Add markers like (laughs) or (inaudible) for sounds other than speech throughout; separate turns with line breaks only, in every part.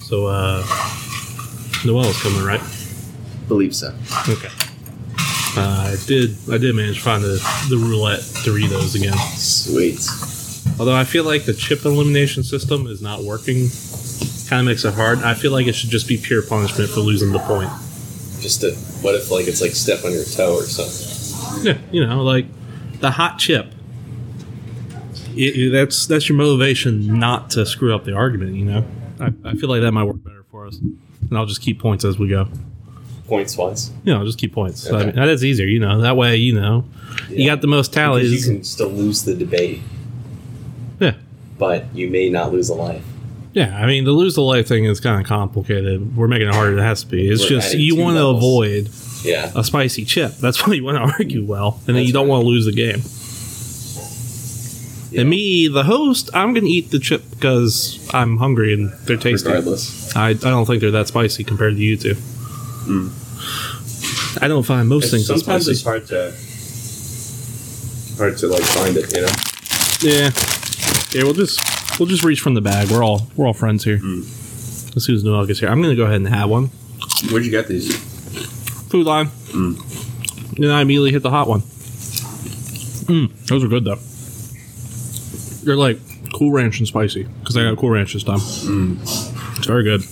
So, uh, Noelle's coming, right?
Believe so.
Okay. Uh, I did. I did manage to find the, the roulette Doritos again.
Sweet.
Although I feel like the chip elimination system is not working, kind of makes it hard. I feel like it should just be pure punishment for losing the point.
Just to, what if like it's like step on your toe or something?
Yeah, you know, like the hot chip. It- it- that's that's your motivation not to screw up the argument. You know, I, I feel like that might work better for us, and I'll just keep points as we go.
Points wise.
You know, just keep points. So, I
Okay.
mean, that's easier. You know, that way you know you got the most
Because you
tallies.
can still lose the debate,
yeah,
but you may not lose a life.
yeah. I mean, the lose the life thing is kind of complicated. We're making it harder than it has to be. It's
We're
just
adding
you
two
want to
levels.
avoid
Yeah.
a spicy chip. That's (laughs) why you want to argue well, and then
That's
you don't
right.
want to lose the game.
Yeah.
And me, the host, I'm going to eat the chip because I'm hungry and they're tasty.
Regardless.
I, I don't think they're that spicy compared to you two.
Hmm.
I don't find most things that
sometimes
spicy.
it's hard to hard to like find it, you know.
Yeah, yeah. We'll just we'll just reach from the bag. We're all we're all friends here. As soon as Noel gets here, I'm going to go ahead and have one.
Where'd you get these?
Food line. And I immediately hit the hot one. Mm, those are good though. They're like cool ranch and spicy because I got cool ranch this time. Mm. It's very good.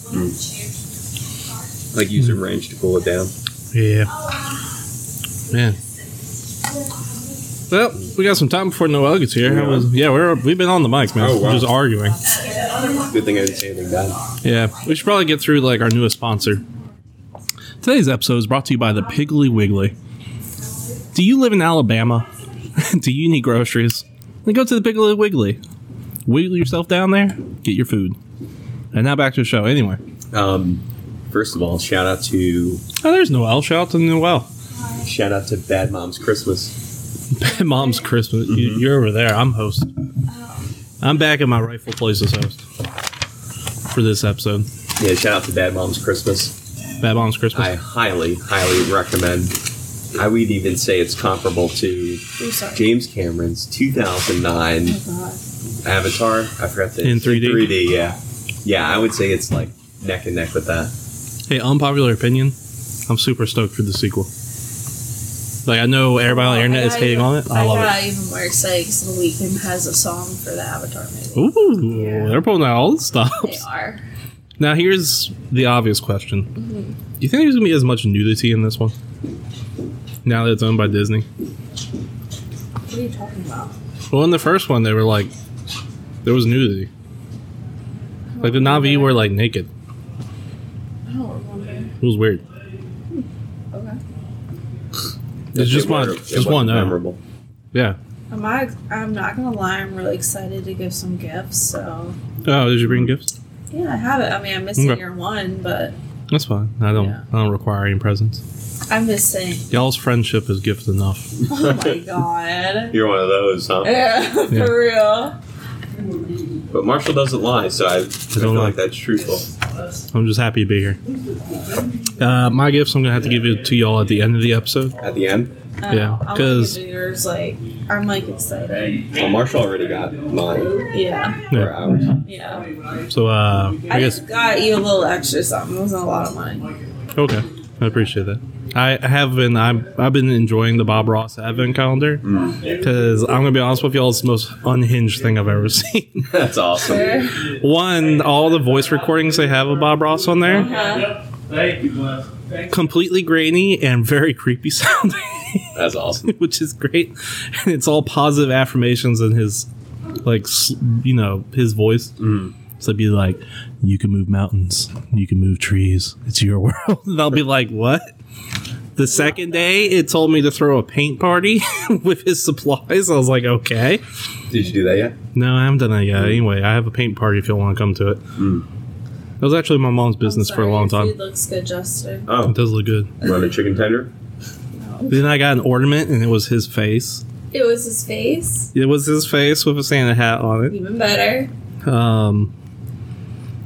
Like use a range to cool it down.
Yeah. Man. Well, we got some time before Noel gets here.
Yeah.
Yeah, was, yeah we're we've been on the mic, man.
Oh, wow.
We're just arguing.
Good thing I didn't say anything bad.
Yeah, we should probably get through like our newest sponsor. Today's episode is brought to you by the Piggly Wiggly. Do you live in Alabama? (laughs) Do you need groceries? Then go to the Piggly Wiggly. Wiggle yourself down there, get your food. And now back to the show. Anyway,
Um, first of all, shout out to
oh, there's Noel. Shout out to Noel.
shout out to Bad Mom's Christmas.
(laughs) Mom's Christmas. You, you're over there. I'm host. I'm back in my rightful place as host for this episode.
Yeah, shout out to Bad Mom's Christmas.
Bad Mom's Christmas.
I highly, highly recommend. I would even say it's comparable to James Cameron's 2009 Avatar. I forgot the
In 3D.
3D, yeah, yeah. I would say it's like neck and neck with that.
Hey, unpopular opinion. I'm super stoked for the sequel. Like I know everybody
Oh,
on the internet is hating on it. I love
got
it.
even more excited because The Weeknd has a song for the Avatar movie.
Ooh,
Yeah.
they're pulling out all the
They
stops.
are.
Now here's the obvious question:
Mm-hmm.
Do you think there's gonna be as much nudity in this one? Now that it's owned by Disney.
What are you talking about?
Well, in the first one, they were like, there was nudity. Like the
Oh,
Navi were like naked.
I don't remember.
It was weird.
Okay.
It's just one. Just one. No.
memorable.
Yeah.
Am I, I'm not gonna lie. I'm really excited to give some gifts. So
Oh, did you bring gifts?
yeah, I have it. I mean, I'm missing
Okay.
your one, but
That's fine. I don't.
Yeah.
I don't require any presents.
I'm missing.
(laughs) Y'all's friendship is gift enough.
Oh my god.
You're one of those, huh?
Yeah, (laughs) for
Yeah.
real.
But Marshall doesn't lie, so I, I feel
lie.
like that's truthful.
I'm just happy to be here. Uh, my gifts I'm gonna have to give it to y'all at the end of the episode.
At the end,
Yeah,
I don't know. I'm
'cause-
like, yours, like I'm like excited.
well, Marshall already got mine
Yeah,
or
Yeah.
(laughs)
ours.
yeah.
So uh, I
I
guess
just got you a little extra something. It wasn't a lot of money.
okay. I appreciate that. I I have been I'm, I've been enjoying the Bob Ross Advent calendar because I'm gonna be honest with y'all, it's the most unhinged thing I've ever (laughs) seen.
That's awesome.
Sure.
One, all the voice recordings they have of Bob Ross on there,
Uh-huh.
completely grainy and very creepy sounding. (laughs)
That's awesome.
which is great. And it's all positive affirmations in his, like, s- you know, his voice. So it'd be like, you can move mountains, you can move trees, it's your (laughs) world. And I'll be like, what? The second day, it told me to throw a paint party (laughs) with his supplies. I was like, okay.
Did you do that yet?
No, I haven't done that yet. Anyway, I have a paint party if you want to come to it. That was actually my mom's business
I'm
for a
sorry,
long
your
time.
Food looks good, Justin.
It
Oh,
does look good.
you want a chicken tender?
Then I got an ornament, and it was his face.
It was his face.
It was his face with a Santa hat on it.
Even better.
Um,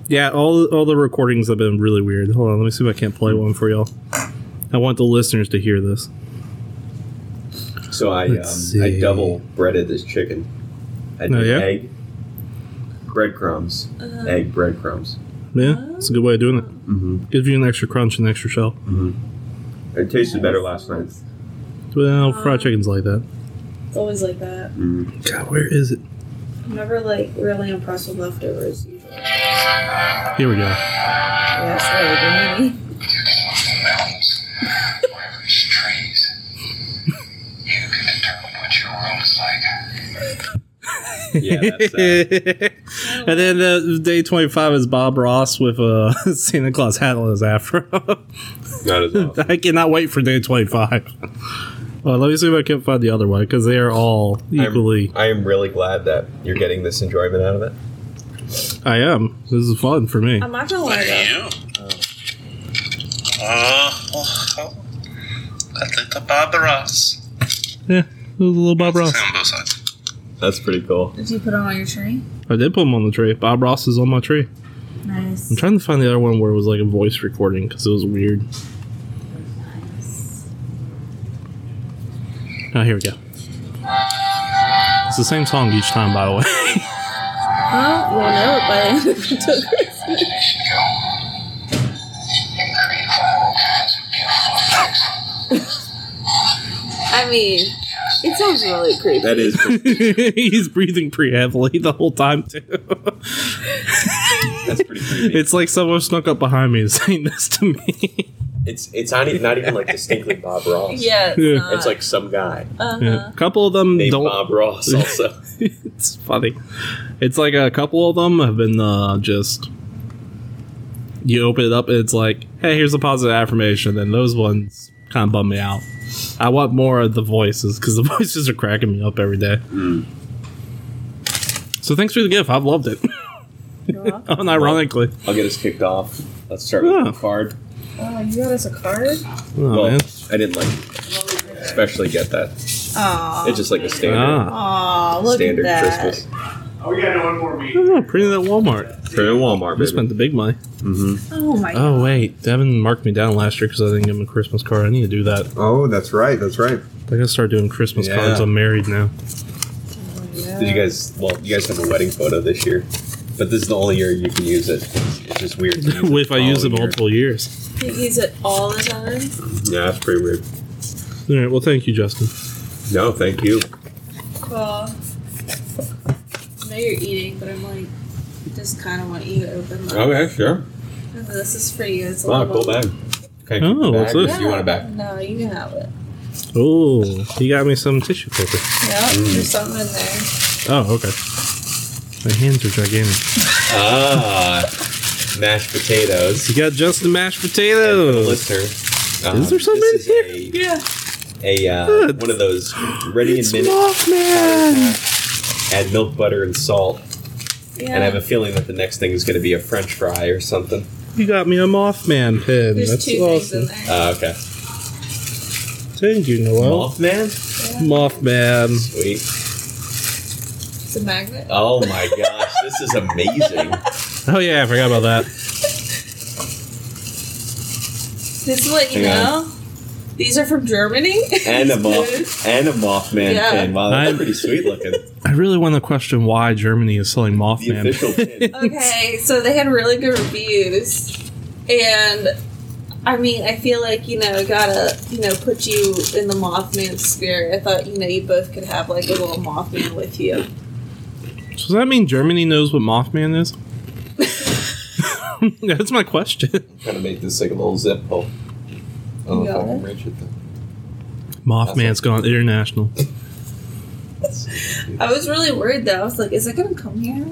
yeah, all all the recordings have been really weird. Hold on, let me see if I can't play one for y'all. I want the listeners to hear this.
So I um,
Let's
I
see.
double breaded this chicken. I did
Oh, yeah?
Uh.
Um,
egg, breadcrumbs, egg, breadcrumbs.
Yeah, it's a good way of doing it. Gives you an extra crunch and extra shell.
It tasted better last night.
Well, fried chicken's like that.
It's always like that.
Mm-hmm.
God, where is it?
I'm never like really impressed with leftovers usually.
Here we go.
Yeah, it's really good.
mountains, rivers, trees. You can determine what your world is like.
Yeah, that's uh,
(laughs) and then uh, day 25 is Bob Ross with a (laughs) Santa Claus hat on his afro. (laughs)
not as awesome.
I cannot wait for day 25. Well, let me see if I can find the other one because they are all equally.
I'm, I am really glad that you're getting this enjoyment out of it.
I am. This is fun for me.
I'm not gonna lie though.
You? Oh. oh, I think the Barbaros.
Yeah, it was a little Bob Ross.
Sound both sides.
That's pretty cool.
Did you put it on your tree?
I did put him on the tree. Bob Ross is on my tree.
Nice.
I'm trying to find the other one where it was like a voice recording because it was weird. Oh, here we go. It's the same song each time, by the way.
Huh? We'll know it by the (laughs) end of Christmas.
Nation go. And create all kinds of beautiful things.
I mean, it sounds really creepy.
That
(laughs)
is.
He's breathing pretty heavily the whole time too.
That's pretty creepy.
it's like someone snuck up behind me and (laughs) saying this to me.
It's it's not even not even like distinctly Bob Ross.
yeah, it's,
Yeah.
not.
It's like some guy
uh-huh.
A couple of them
named
don't.
Bob
(laughs)
Ross also.
it's funny. It's like a couple of them have been uh, just. You open it up, and it's like, hey, here's a positive affirmation, and those ones kind of bum me out. I want more of the voices because the (laughs) voices are cracking me up every day.
Hmm.
So thanks for the gift. I've loved it, (laughs)
You're welcome.
unironically.
I'll get us kicked off. Let's start with
Yeah.
the card.
Oh, you got us a card?
Oh,
well,
man.
I didn't like especially get that.
Aw.
It's just like a standard
Ah,
Aw, look
standard
at that.
Christmas.
oh, printed at Walmart.
They're in Walmart,
We spent the big money.
Oh my
Oh wait, Devin marked me down last year because I didn't give him a Christmas card. I need to do that.
Oh, that's right. That's right.
I gotta start doing Christmas
Yeah.
cards. I'm married now.
god.
Did you guys? Well, you guys have a wedding photo this year, but this is the only year you can use it. It's just
(laughs)
weird. To use
if I use it
following year.
multiple years.
You use it all the time?
yeah, that's pretty weird.
All right. Well, thank you, Justin.
No, thank you.
Cool. I know you're eating, but I'm like, just kind of want you to open like,
Okay, Oh, sure.
This is for you. It's a
Wow,
little-
cool bag. Okay,
Oh,
bag,
what's this?
if You want a bag?
No, you can have it.
Oh, he got me some tissue paper.
Yep,
Mm.
there's something in there.
Oh, okay. My hands are gigantic.
Ah, mashed potatoes.
You got Justin mashed
And for the
potatoes.
listener,
Is there something
this
in
is
Yeah.
A, a uh,
Good.
one of those ready in
It's
minute.
Mothman.
Add milk, butter, and salt,
Yeah.
and I have a feeling that the next thing is going to be a French fry or something.
You got me a Mothman pin.
there's
That's
two
awesome.
things in there.
Ah, okay.
Thank you, Noel.
Mothman.
Mothman.
Sweet.
It's a magnet.
Oh my gosh, this is (laughs) amazing.
Oh yeah, I forgot about that.
This is what you
Hang
know. These are from Germany. (laughs)
And a
Good.
moth and a Mothman
Yeah.
pin. Wow, that's
I'm-
pretty sweet looking.
I really want to question why Germany is selling
The
Mothman.
official pin.
Okay, so they had really good reviews, and I mean, I feel like you know, gotta you know, put you in the Mothman spirit. I thought you know, you both could have like a little Mothman with you.
(laughs) Does that mean Germany knows what Mothman is? (laughs) That's my question.
trying to make this like a little zip Oh, hole. I don't
You
know if I
got
can
it?
reach it though.
Mothman's gone international.
I was really worried though. I was like, is it gonna come here?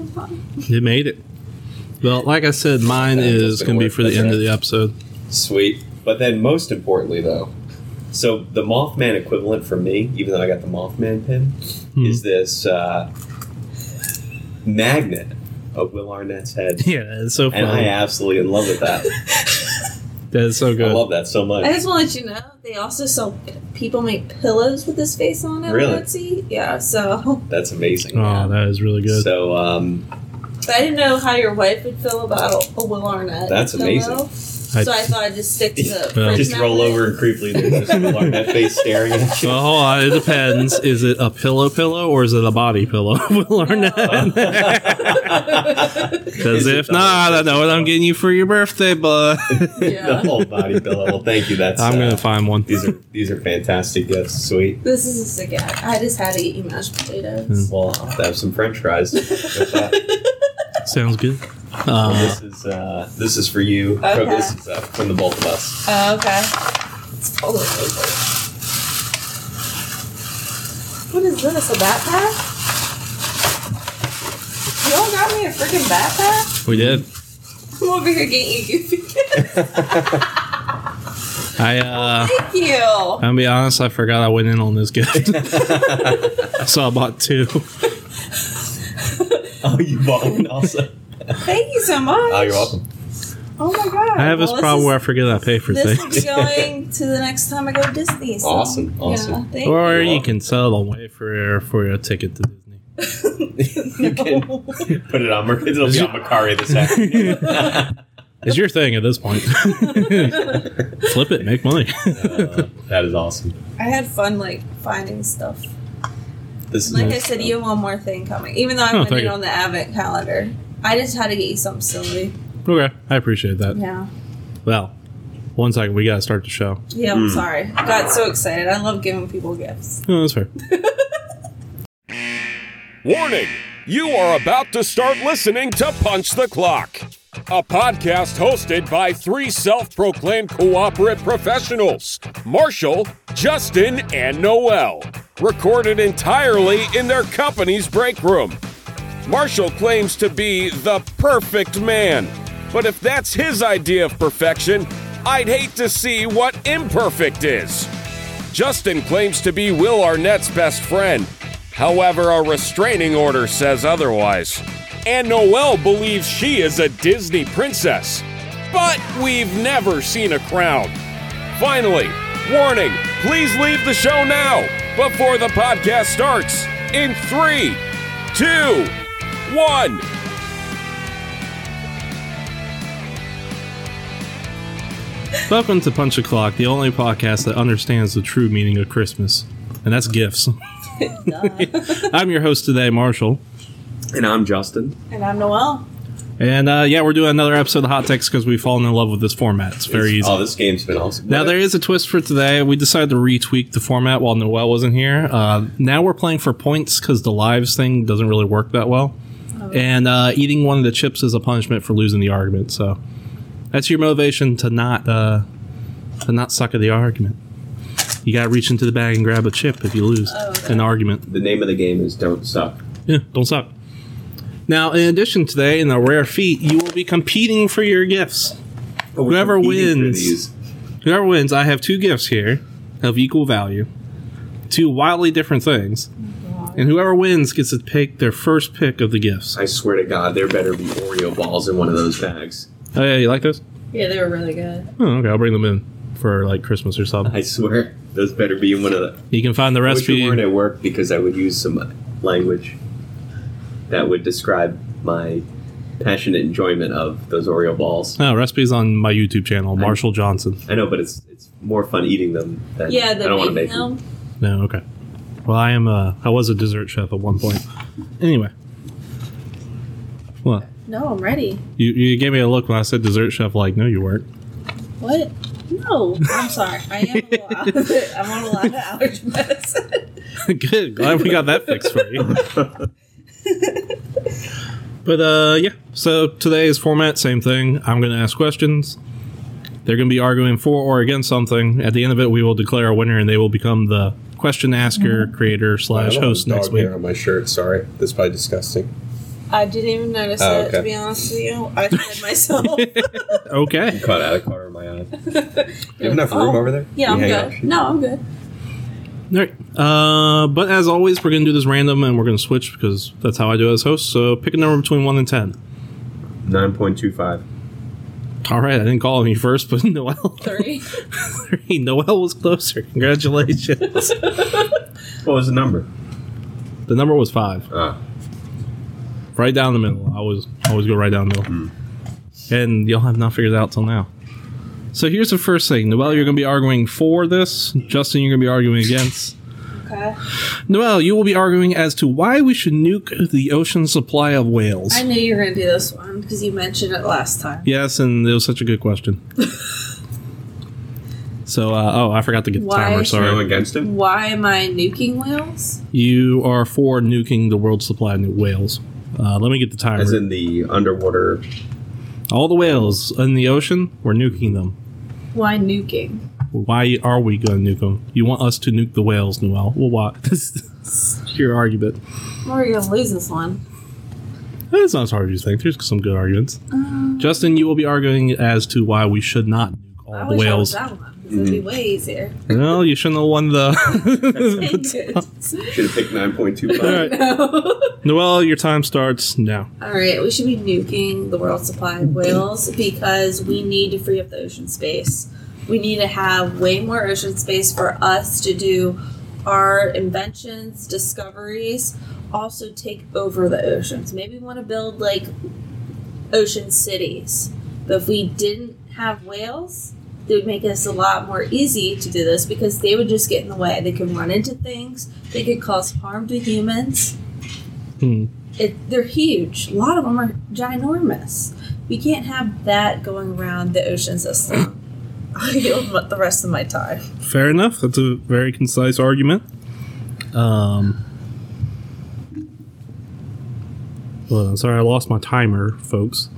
(laughs)
It made it. Well, like I said, mine
That's
is
gonna
going to be
work.
for the
That's
end
right.
of the episode.
Sweet. But then most importantly though, so the Mothman equivalent for me, even though I got the Mothman pin,
Hmm.
is this uh, magnet of Will Arnett's head.
(laughs) oh, Yeah, that is so
And I
fun.
absolutely in love with that.
That is so
I
good.
love that so much.
I just want to let you know they also sell people make pillows with his face on it. on
Really?
Etsy. Yeah. So,
That's amazing.
Oh, that is really good.
So um,
but I didn't know how your wife would feel about a Will Arnett.
That's
pillow.
amazing.
so I thought I'd
(laughs)
just stick to the.
Yeah.
Just roll over and creepily there's just a that face staring at you.
Well, hold on. It depends. (laughs) Is it a pillow pillow or is it a body pillow? (laughs) we'll learn that. (laughs) Because
Is it
if not, I know what I'm getting you for your birthday, (laughs) but
(laughs)
Yeah.
The whole body pillow. Well, thank you. That's
I'm
uh,
gonna find one.
These are these are fantastic. That's sweet.
This is a sick ad. I just had to eat you mashed potatoes.
Well, I'll have to have some French fries. with that.
(laughs) Sounds good. Uh,
this is uh, this is for you.
Okay.
This is uh, from the both of
Hmm.
us.
Oh, okay. It's full of labels. What is this? A backpack? Y'all got me a freaking backpack?
we did.
I'm over here getting you
(laughs)
goofy kids.
I uh,
Thank you.
I'm gonna be honest. I forgot I went in on this (laughs) gift, so I bought two.
Oh, you bought one also.
Thank you so much.
Oh, you're welcome.
Oh my god.
I have this
Well,
problem
is-
where I forget I pay for
this
things,
is going to the next time I go to Disney. So,
Awesome,
yeah,
awesome.
thank you.
or
You're
you
welcome.
can settle and wait for for your ticket to Disney.
You can put it on. Mer- It'll be on Macari this afternoon.
It's your thing at this point. (laughs)
(laughs)
Flip it, make money. (laughs)
Uh, that is awesome.
I had fun like finding stuff.
This is
Like I said, you have one more thing coming. Even though I
Oh,
went
thank
in
you.
on the advent calendar, I just had to get you something silly.
okay, I appreciate that.
Yeah.
Well, one second, we gotta start the show.
Yeah, I'm sorry. I got so excited. I love giving people gifts.
No, Oh, that's fair.
Warning! You are about to start listening to Punch the Clock, a podcast hosted by three self proclaimed cooperative professionals Marshall, Justin, and Noel, recorded entirely in their company's break room. Marshall claims to be the perfect man, but if that's his idea of perfection, I'd hate to see what imperfect is. Justin claims to be Will Arnett's best friend. However, a restraining order says otherwise. And Noelle believes she is a Disney princess. But we've never seen a crown. Finally, warning please leave the show now before the podcast starts in three, two, one.
Welcome to Punch a Clock, the only podcast that understands the true meaning of Christmas, and that's
(laughs)
gifts. I'm your host today, Marshall.
And I'm Justin.
And I'm Noelle.
And uh, yeah, we're doing another episode of Hot Takes because we've fallen in love with this format. It's very easy.
Oh, this game's been awesome.
Now there is a twist for today. We decided to retweak the format while Noel wasn't here. Uh, now we're playing for points because the lives thing doesn't really work that well, and uh, eating one of the chips is a punishment for losing the argument. So that's your motivation to not uh, to not suck at the argument. You gotta reach into the bag and grab a chip if you lose
okay.
an argument.
The name of the game is Don't Suck.
Yeah, don't suck. Now, in addition today, in a rare feat, you will be competing for your gifts. Whoever
competing for
wins.
these.
Whoever wins, I have two gifts here of equal value, two wildly different things, and whoever wins gets to pick their first pick of the gifts.
I swear to God, there better be Oreo balls in one of those bags.
Oh yeah, you like those?
Yeah, they were really good.
Oh, okay, I'll bring them in for like Christmas or something.
I swear, those better be in one of the.
You can find the
I wish we
recipe.
weren't at work because I would use some language that would describe my passionate enjoyment of those Oreo balls.
No, recipes on my YouTube channel, Marshall Johnson.
I know, but it's it's more fun eating them than
Yeah,
I
the
don't want to
big
make
them.
No, okay. Well, I am. Uh, I was a dessert chef at one point. Anyway, what?
No, I'm ready.
You, you gave me a look when I said dessert chef. Like, no, you weren't.
What? No, I'm sorry. I am a little out of it. I'm on a lot of allergy medicine.
Good. Glad we got that fixed for you. But uh, yeah. So today's format, same thing. I'm going to ask questions. They're going to be arguing for or against something. At the end of it, we will declare a winner, and they will become the question asker, creator slash host next week.
on my shirt. Sorry, that's probably disgusting.
I didn't even notice
Oh,
it, to
okay.
be honest with you. I said myself.
Okay.
Caught out of corner of my
(laughs)
eye.
You have enough
Oh.
room over there?
Yeah, I'm
You hang
good. No, I'm good.
All right. Uh, but as always, we're going to do this random, and we're going to switch because that's how I do as host. So pick a number between one and ten.
Nine point two five.
All right. I didn't call any first, but (laughs) Noel,
Three.
three. Noel was closer. Congratulations.
What was the number?
the number was five.
Ah,
right
Hmm.
down the middle. I always always go right down the middle, and y'all have not figured it out till now. So here's the first thing. Noelle, you're going to be arguing for this. Justin, you're going to be arguing against.
Okay.
Noelle, you will be arguing as to why we should nuke the ocean supply of whales.
I knew you were going to do this one because you mentioned it last time.
yes, and it was such a good
(laughs)
question. so, uh, oh, I forgot to get the
Why
timer.
should-
Go
Sorry.
against him?
Why am I nuking whales?
You are for nuking the world supply of new whales. Uh, let me get the timer.
As in the underwater.
All the whales in the ocean, we're nuking them.
Why nuking?
Why are we going to nuke them? You want us to nuke the whales, Noelle. Well, why? (laughs) This is your argument.
We're going to lose this one.
That's not as hard as you think. There's some good arguments.
Um,
Justin, you will be arguing as to why we should not nuke all
I
the
wish I
whales.
was that one. 'cause It'd be way easier.
Well, you shouldn't have won the.
(laughs)
(laughs)
Should have picked 9.25. (laughs)
all right,
no.
Noelle, your time starts now.
All right, we should be nuking the world supply of whales because we need to free up the ocean space. We need to have way more ocean space for us to do our inventions, discoveries, also take over the oceans. Maybe we want to build like ocean cities. But if we didn't have whales, it would make us a lot more easy to do this because they would just get in the way. They could run into things, they could cause harm to humans
Hmm.
it, they're huge. A lot of them are ginormous. We can't have that going around the ocean system. (laughs) I'll yield the rest of my time.
Fair enough. That's a very concise argument. Um, well, I'm sorry, I lost my timer, folks.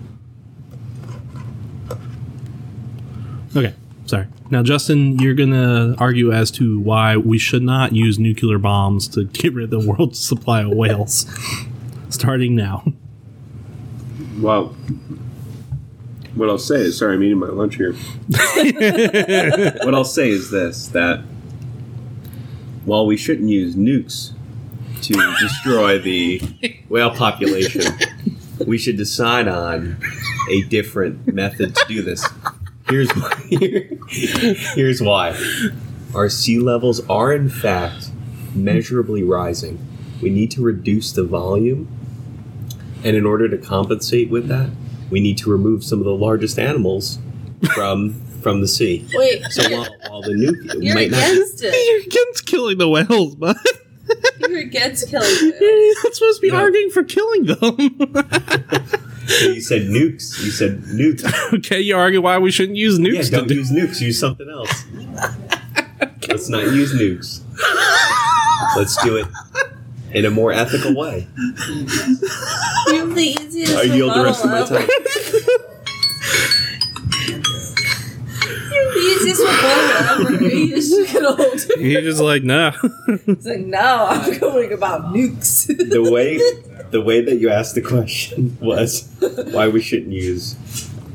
Okay, sorry. Now, Justin, you're going to argue as to why we should not use nuclear bombs to get rid of the world's (laughs) supply of whales. (laughs) Starting now. (laughs)
Well, what I'll say is sorry, I'm eating my lunch here. what I'll say is this that while we shouldn't use nukes to destroy the whale population, we should decide on a different method to do this. Here's why. (laughs) Here's why. Our sea levels are, in fact, measurably rising. We need to reduce the volume and in order to compensate with that, we need to remove some of the largest animals from (laughs) from the sea.
Wait,
So
you're,
while, while the nuke
you're
might not,
against it. (laughs)
against killing the whales, bud. (laughs)
You're against killing (laughs) whales.
You're not supposed to be
No.
arguing for killing them. (laughs)
you said nukes. You said (laughs) nukes.
okay, you argue why we shouldn't use
Yeah,
nukes to
don't
do
use nukes. Use something (laughs) else. Let's not use nukes. Let's do it in a more ethical way.
You have the easiest
I yield the rest of my
rebuttal
time.
ever. The easiest rebuttal ever. You just get (laughs) old.
He's just like, nah. (laughs)
It's like, no, I'm going about nukes. (laughs)
The way the way that you asked the question (laughs) was why we shouldn't use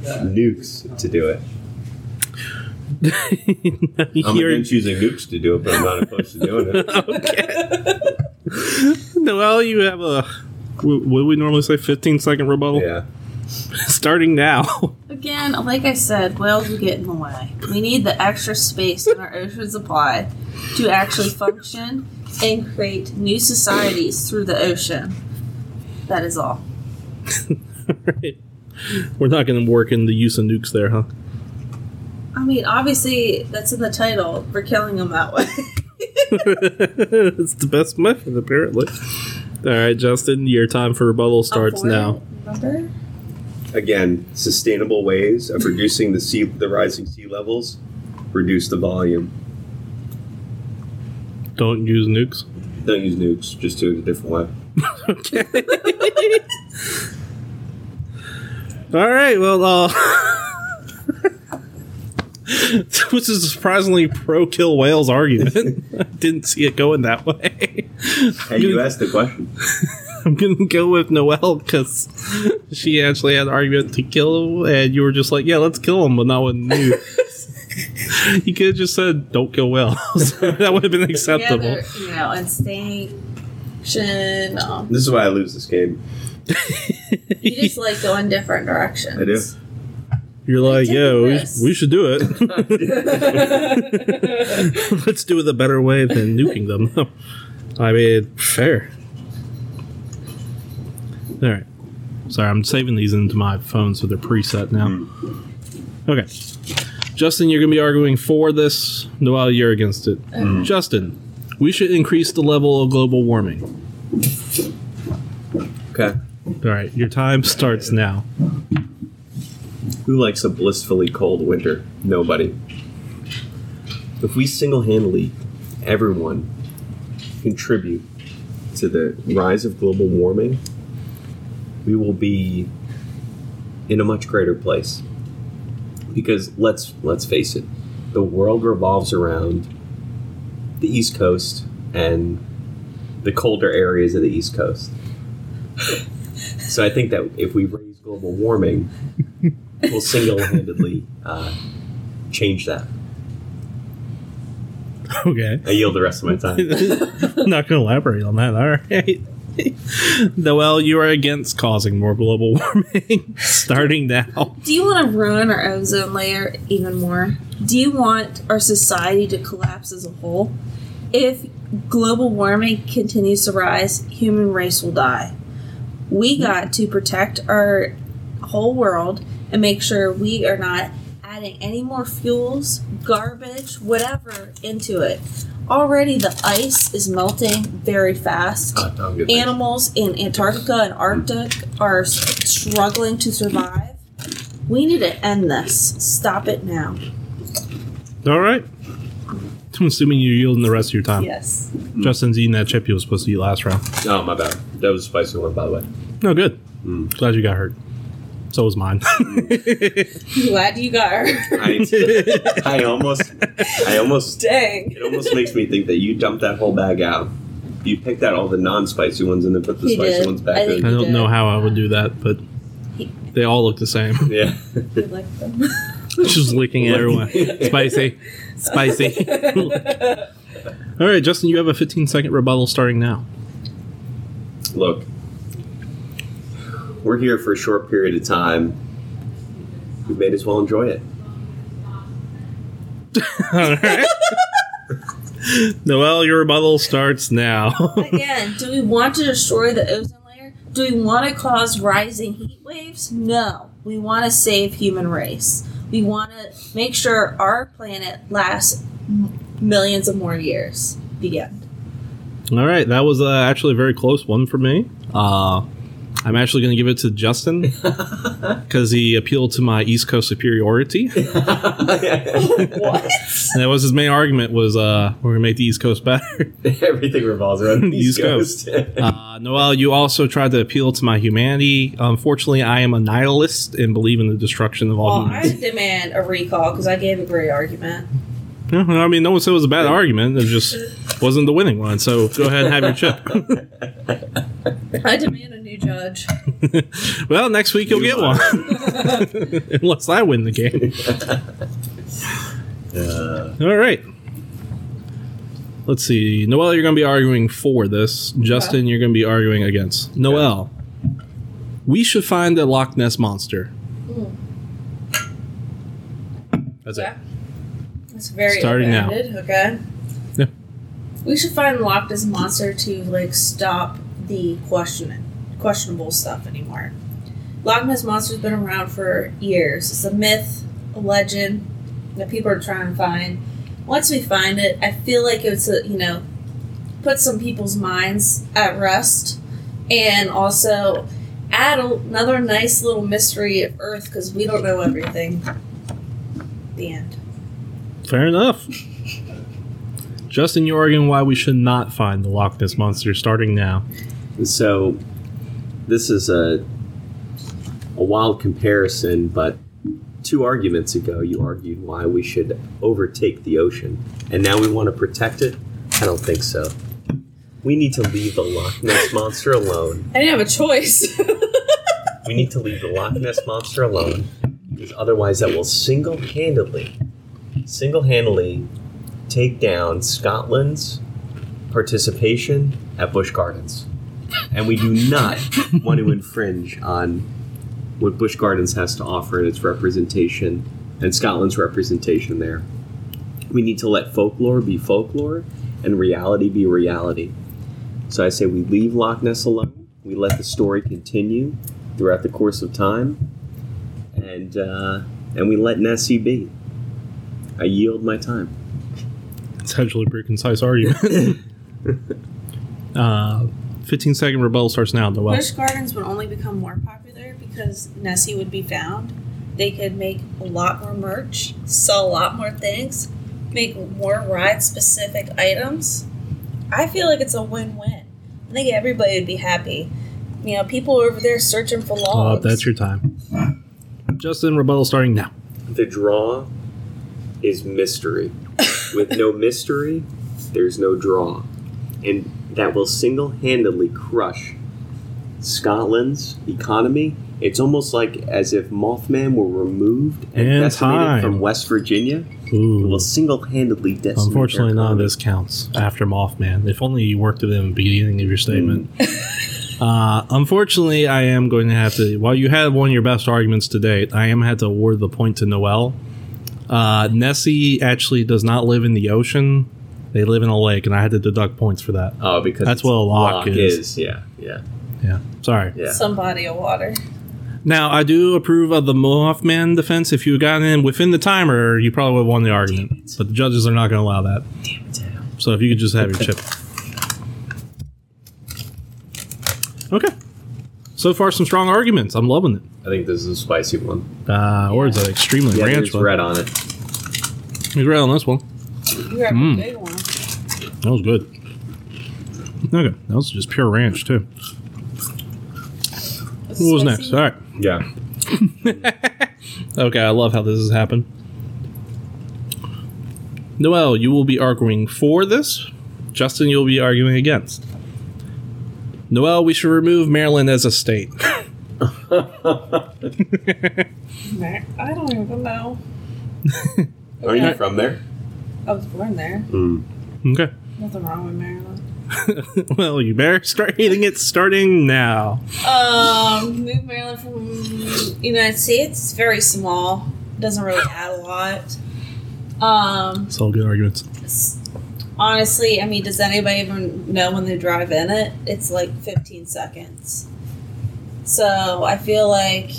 nukes to do it. I'm
You're-
against using nukes to do it, but I'm not opposed to doing it. (laughs)
Noel, you have a. wh- What do we normally say? 15 second rebuttal?
Yeah.
(laughs) Starting now. (laughs)
Again, like I said, whales will get in the way. We need the extra space in our ocean supply to actually function and create new societies through the ocean. That is all.
Right. We're not going to work in the use of nukes there, huh? (laughs)
I mean, obviously, that's in the title. We're killing them that way.
it's the best method, apparently. All right, Justin, your time for rebuttal (laughs) starts
Avoid
now.
Remember?
Again, sustainable ways of reducing the sea, the rising sea levels, reduce the volume.
Don't use nukes.
Don't use nukes. Just do it a different way.
Okay. All right, well, uh. (laughs) Which is a surprisingly pro kill whales argument. (laughs) I didn't see it going that way. (laughs)
Hey, you asked the question.
I'm gonna go with Noelle because she actually had an argument to kill him, and you were just like, "Yeah, let's kill him," but not with new. (laughs) you could have just said, "Don't kill (laughs) whales." that would have been acceptable.
Together, you know, extinction. Um,
This is why I lose this game.
you just like going different
I do.
directions.
You're like,
Take
"Yeah,
a
we,
risk."
we should do it. (laughs) let's do it a better way than nuking them." (laughs) I mean, fair. All right. Sorry, I'm saving these into my phone so they're preset now. Okay. Justin, you're going to be arguing for this. Noel, you're against it. Justin, we should increase the level of global warming.
Okay.
All right, your time starts now. (laughs)
Who likes a blissfully cold winter? Nobody. If we single handedly, everyone, contribute to the rise of global warming, we will be in a much greater place. Because let's let's face it, the world revolves around the East Coast and the colder areas of the East Coast. so I think that if we raise global warming, will single-handedly uh, change that.
Okay.
I yield the rest of my time.
Not going to elaborate on that. All right. (laughs) Noel, you are against causing more global (laughs) warming starting now.
Do you want to ruin our ozone layer even more? Do you want our society to collapse as a whole? If global warming continues to rise, human race will die. We got to protect our whole world and make sure we are not adding any more fuels, garbage, whatever into it. Already the ice is melting very fast.
Hot dog Oh, good thing.
animals in Antarctica and Arctic are s- struggling to survive. We need to end this. Stop it now.
All right. I'm assuming you're yielding the rest of your time.
Yes.
Justin's eating that chip he was supposed to eat last round.
Oh my bad. That was a spicy one, by the way.
No, good. Glad you got hurt. So was mine. (laughs)
Glad you got her. (laughs)
I, I almost, I almost,
Dang.
it almost makes me think that you dumped that whole bag out. You picked out all the non-spicy ones and then put the
He
spicy
did.
ones back
I
in.
think-
I don't know how I would do that, but they all look the same. (laughs)
Yeah. (laughs)
You like them.
Just licking at everyone. Spicy. Spicy. all right, Justin, you have a 15 second rebuttal starting now.
Look, we're here for a short period of time. We may as well enjoy it. (laughs)
All right. (laughs) Noel, your rebuttal starts now.
(laughs)
(laughs)
Again, do we want to destroy the ozone layer? Do we want to cause rising heat waves? No. We want to save human race. We want to make sure our planet lasts m- millions of more years. The end.
All right, that was uh, actually a very close one for me. Uh, I'm actually going to give it to Justin because he appealed to my East Coast superiority. (laughs) And that was his main argument was uh, we're going to make the East Coast better. (laughs)
Everything revolves around the East
East Coast.
(laughs) Coast.
Uh, Noel, you also tried to appeal to my humanity. Unfortunately, I am a nihilist and believe in the destruction of all
Well, Oh, I
humans.
demand a recall because I gave a great argument.
No, Mm-hmm. I mean, no one said it was a bad argument. It just wasn't the winning one. So go ahead and have your chip. (laughs)
I demand a new judge.
well, next week you'll
You
get
are.
one. (laughs) Unless I win the game. All right. Let's see. Noel, you're going to be arguing for this. Justin, you're going to be arguing against. Noel, we should find the Loch Ness monster. That's it.
Okay. It's very
Starting now.
open-ended, Okay.
Yeah.
We should find Loch Ness monster to like stop the question questionable stuff anymore. Loch Ness monster's been around for years. It's a myth, a legend that people are trying to find. Once we find it, I feel like it's a you know put some people's minds at rest and also add a, another nice little mystery of Earth because we don't know everything. The end.
Fair enough. Justin, you're arguing why we should not find the Loch Ness monster starting now.
So, this is a a wild comparison, but two arguments ago, you argued why we should overtake the ocean, and now we want to protect it. I don't think so. We need to leave the Loch Ness monster alone.
I didn't have a choice. (laughs)
We need to leave the Loch Ness monster alone, because otherwise, that will single-handedly, single-handedly, take down Scotland's participation at Busch Gardens. And we do not want to infringe on what Busch Gardens has to offer and its representation and Scotland's representation there. We need to let folklore be folklore and reality be reality. So I say we leave Loch Ness alone, we let the story continue throughout the course of time, and, uh, and we let Nessie be. I yield my time.
It's actually a pretty concise argument. uh, 15 second rebuttal starts now. Noel.
Bush gardens would only become more popular because Nessie would be found. They could make a lot more merch, sell a lot more things, make more ride specific items. I feel like it's a win win. I think everybody would be happy. You know, people over there searching for
Uh,
logs.
that's your time. Justin, rebuttal starting now.
The draw is mystery. With no mystery, there's no draw. And that will single handedly crush Scotland's economy. It's almost like as if Mothman were removed and,
And
decimated
time.
from West Virginia. It
Ooh.
will single handedly decimate.
Unfortunately,
their
none of
economy.
this counts after Mothman. If only you worked with him at the beginning of your statement. uh, unfortunately, I am going to have to. While you had one of your best arguments to date, I am had to award the point to Noel. Uh, Nessie actually does not live in the ocean; they live in a lake, and I had to deduct points for that.
Oh, because
That's
it's-
what a lock is.
Yeah, yeah,
Yeah, sorry.
yeah.
Some body of water.
Now, I do approve of the Mothman defense. If you had gotten in within the timer, you probably would have won the argument. But the judges are not going to allow that. So if you could just have your chip. Okay. So far, some strong arguments. I'm loving it.
I think this is a spicy one.
Uh, or it's an extremely
Yeah,
ranch
there's
one.
red on it.
There's red on this one.
You have
Mm.
a big one.
That was good. Okay. That was just pure ranch, too. What was next? All right.
Yeah.
Okay, I love how this has happened. Noel, you will be arguing for this. Justin, you'll be arguing against. Noel, we should remove Maryland as a state.
Mar- I don't even know.
Are you from there?
I was born there.
Hmm.
Okay.
Nothing wrong with Maryland.
(laughs) well, you better start hitting it starting now.
Um, moved Maryland from United States. It's very small. Doesn't really add a lot. Um,
It's all good arguments.
s- honestly, I mean, does anybody even know when they drive in it? It's like 15 seconds. So I feel like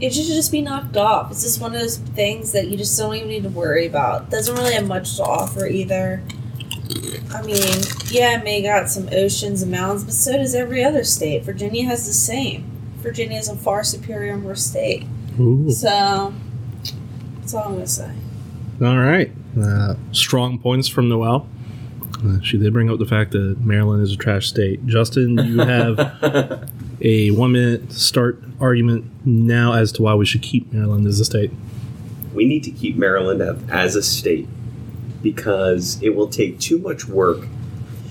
it should just be knocked off. It's just one of those things that you just don't even need to worry about. Doesn't really have much to offer either. I mean, yeah, it may got some oceans and mountains, but so does every other state. Virginia has the same. Virginia is a far superior more state.
Ooh.
So that's all I'm gonna say.
All right. Uh, strong points from Noel. Uh, she did bring up the fact that Maryland is a trash state. Justin, you have a one minute start argument now as to why we should keep Maryland as a state.
we need to keep Maryland up as a state because it will take too much work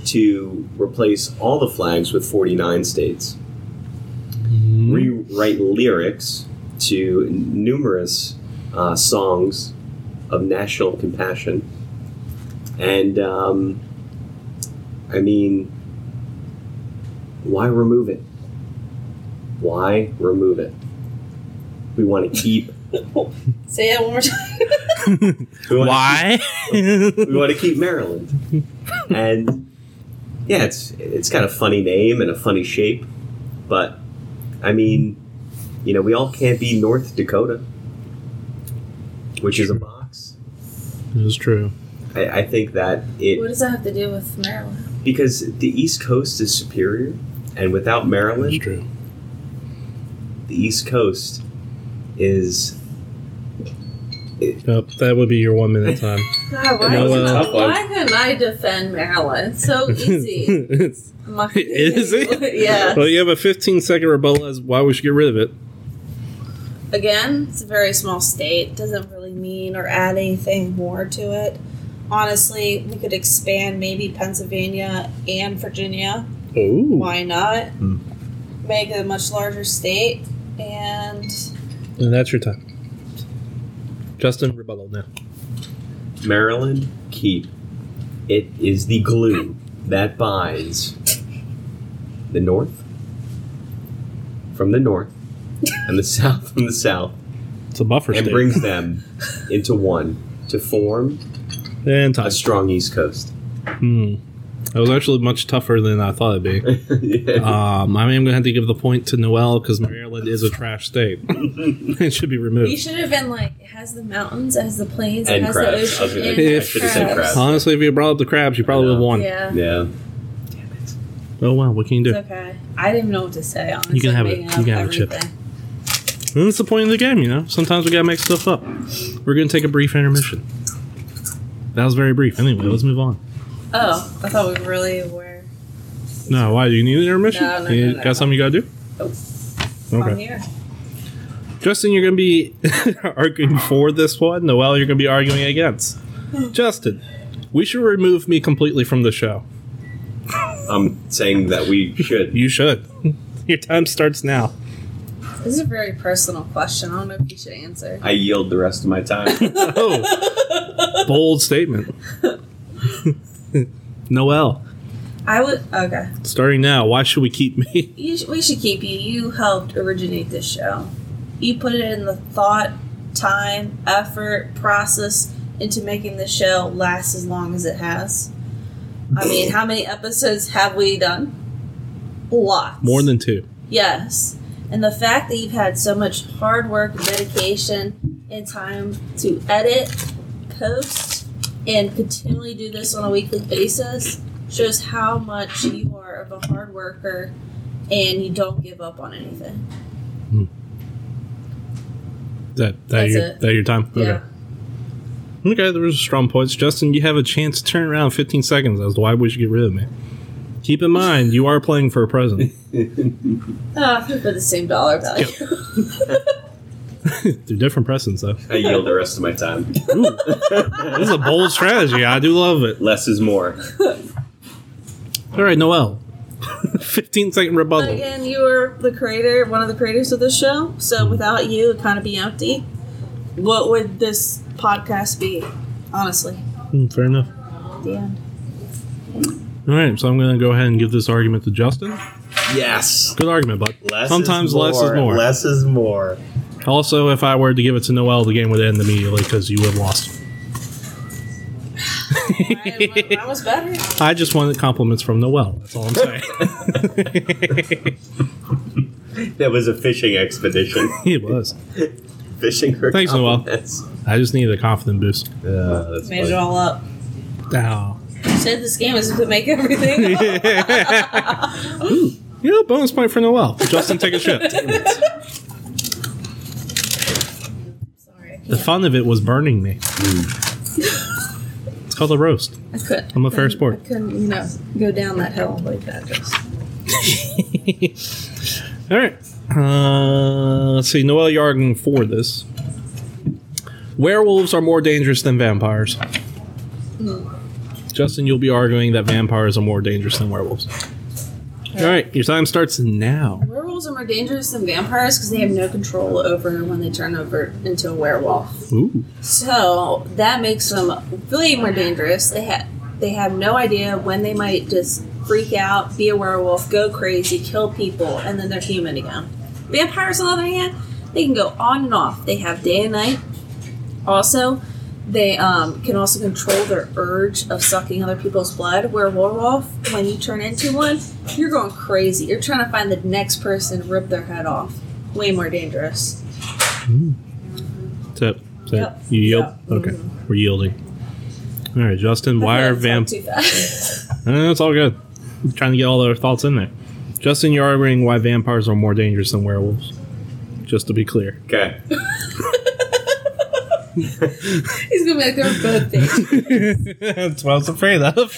to replace all the flags with 49 states.
Mm-hmm.
Rewrite lyrics to numerous uh, songs of national compassion. And, um, I mean, why remove it? Why remove it? We want to keep.
Say that one more (laughs) time.
(laughs) we
(laughs)
wanna
Why?
we want to keep Maryland. And yeah, it's it's got a funny name and a funny shape, but I mean, you know, we all can't be North Dakota, which is a box.
It is true.
I, I think that
What
it
does that have to do with Maryland?
because the East Coast is superior, and without
It's
Maryland,
true.
the East Coast is
Yep, that would be your one minute time.
God, why,
No,
couldn't-
uh,
tough one.
why couldn't I defend Maryland? So
(laughs)
easy.
It's-
I'm not gonna
(laughs) is
do
it?
(laughs)
(laughs) yeah.
Well, you have a 15 second rebuttal as why we should get rid of it.
Again, it's a very small state. Doesn't really mean or add anything more to it. Honestly, we could expand maybe Pennsylvania and Virginia.
Ooh.
Why not?
Hmm.
Make it a much larger state. And
And that's your time. Justin, rebuttal now.
Maryland, keep. It is the glue that binds the North from the North and the (laughs) South from the South
It's a buffer
and
state.
brings them into one to form
and
a
time. (laughs)
strong East Coast.
Hmm. It was actually much tougher than I thought it'd be.
(laughs) yeah.
Um, I mean, I'm gonna have to give the point to Noel because Maryland is a trash
(laughs)
state. it should be
You
removed.
should have been like, it has the mountains, it has the plains,
And
it has
crabs. I
the
was
ocean,
gonna-
and
I
If-
should have said
crabs.
crap.
Honestly, if you brought up the crabs, you probably would
I know.
have won.
Yeah,
Yeah.
Oh wow, what can you do?
it's okay. I didn't know what to say. Honestly,
You can have it.
making
You
up
can have a chip.
everything.
And that's the point of the game, you know. Sometimes we gotta make stuff up. We're gonna take a brief intermission. That was very brief. Anyway, let's move on.
Oh, I thought we really were
No, why do you need an intermission?
No, no,
you
no, no.
got something you gotta do?
Nope. on
Okay.
here.
Justin, you're gonna be (laughs) arguing for this one. Noel, you're gonna be arguing against. Justin, we should remove me completely from the show.
I'm saying that we should.
You should. (laughs) Your time starts now. (laughs)
This is a very personal question. I don't know if you should answer.
I yield the rest of my time.
Oh, bold statement. (laughs) Noel,
I would. Okay.
starting now, why should we keep me? (laughs)
You sh- we should keep you. You helped originate this show. You put it in the thought, time, effort, process into making the show last as long as it has. I mean, how many episodes have we done? Lots.
More than two.
Yes. And the fact that you've had so much hard work, dedication, and time to edit, post, and continually do this on a weekly basis shows how much you are of a hard worker and you don't give up on anything.
That that
That's
your
it.
that your time?
Yeah.
Okay. Okay, there was strong points. Justin, you have a chance to turn around in 15 seconds as to why we should get rid of me. Keep in mind, you are playing for a
(laughs)
president.
Ah, for the same dollar value.
They're different presidents, though.
I yield the rest of my time.
Ooh, this is a bold strategy. I do love it.
Less is more.
All right, Noel. (laughs) 15 second
(laughs) But
rebuttal.
again, you were the creator, one of the creators of this show. So without you, it'd kind of be empty. What would this podcast be? Honestly.
Mm, fair enough.
The end.
All right, so I'm going to go ahead and give this argument to Justin.
Yes.
Good argument, bud.
Less
Sometimes
is
less is more.
Less is more.
Also, if I were to give it to Noel, the game would end immediately because you would have lost.
Mine- mine was better.
I just wanted compliments from Noel. That's all I'm saying. (laughs)
That was a fishing expedition. (laughs)
it was.
fishing for
Thanks, Noel.
compliments.
I just needed a confident boost.
Yeah, that's
Made it
funny.
all up.
Ow.
Said this game is to make everything. up.
(laughs) You know, bonus point for Noel. Justin, take a shit.
Sorry, I
The
can't.
fun of it was burning me. it's called a roast. (laughs)
I couldn't.
I'm a fair
I
sport.
couldn't, you know, go down that hill like that. Just
All right. Uh, let's see. Noel, you're arguing for this. Werewolves are more dangerous than vampires. Justin, you'll be arguing that vampires are more dangerous than werewolves. All right, your time starts now.
werewolves are more dangerous than vampires because they have no control over when they turn over into a werewolf.
Ooh.
So that makes them really more dangerous. They have they have no idea when they might just freak out, be a werewolf, go crazy, kill people, and then they're human again. Vampires, on the other hand, they can go on and off. They have day and night. Also, they um, can also control their urge of sucking other people's blood. Where werewolf, when you turn into one, you're going crazy. You're trying to find the next person, rip their head off. Way more dangerous.
That's it. That's it.
Yep.
You yield?
Yep.
Okay. We're yielding. All right, Justin, why are
That's not
vamp?
too fast. (laughs)
No, Eh, it's all good. I'm trying to get all their thoughts in there. Justin, you're arguing why vampires are more dangerous than werewolves. Just to be clear.
Okay.
He's gonna be like, they're both dangerous.
(laughs) That's what I was afraid of.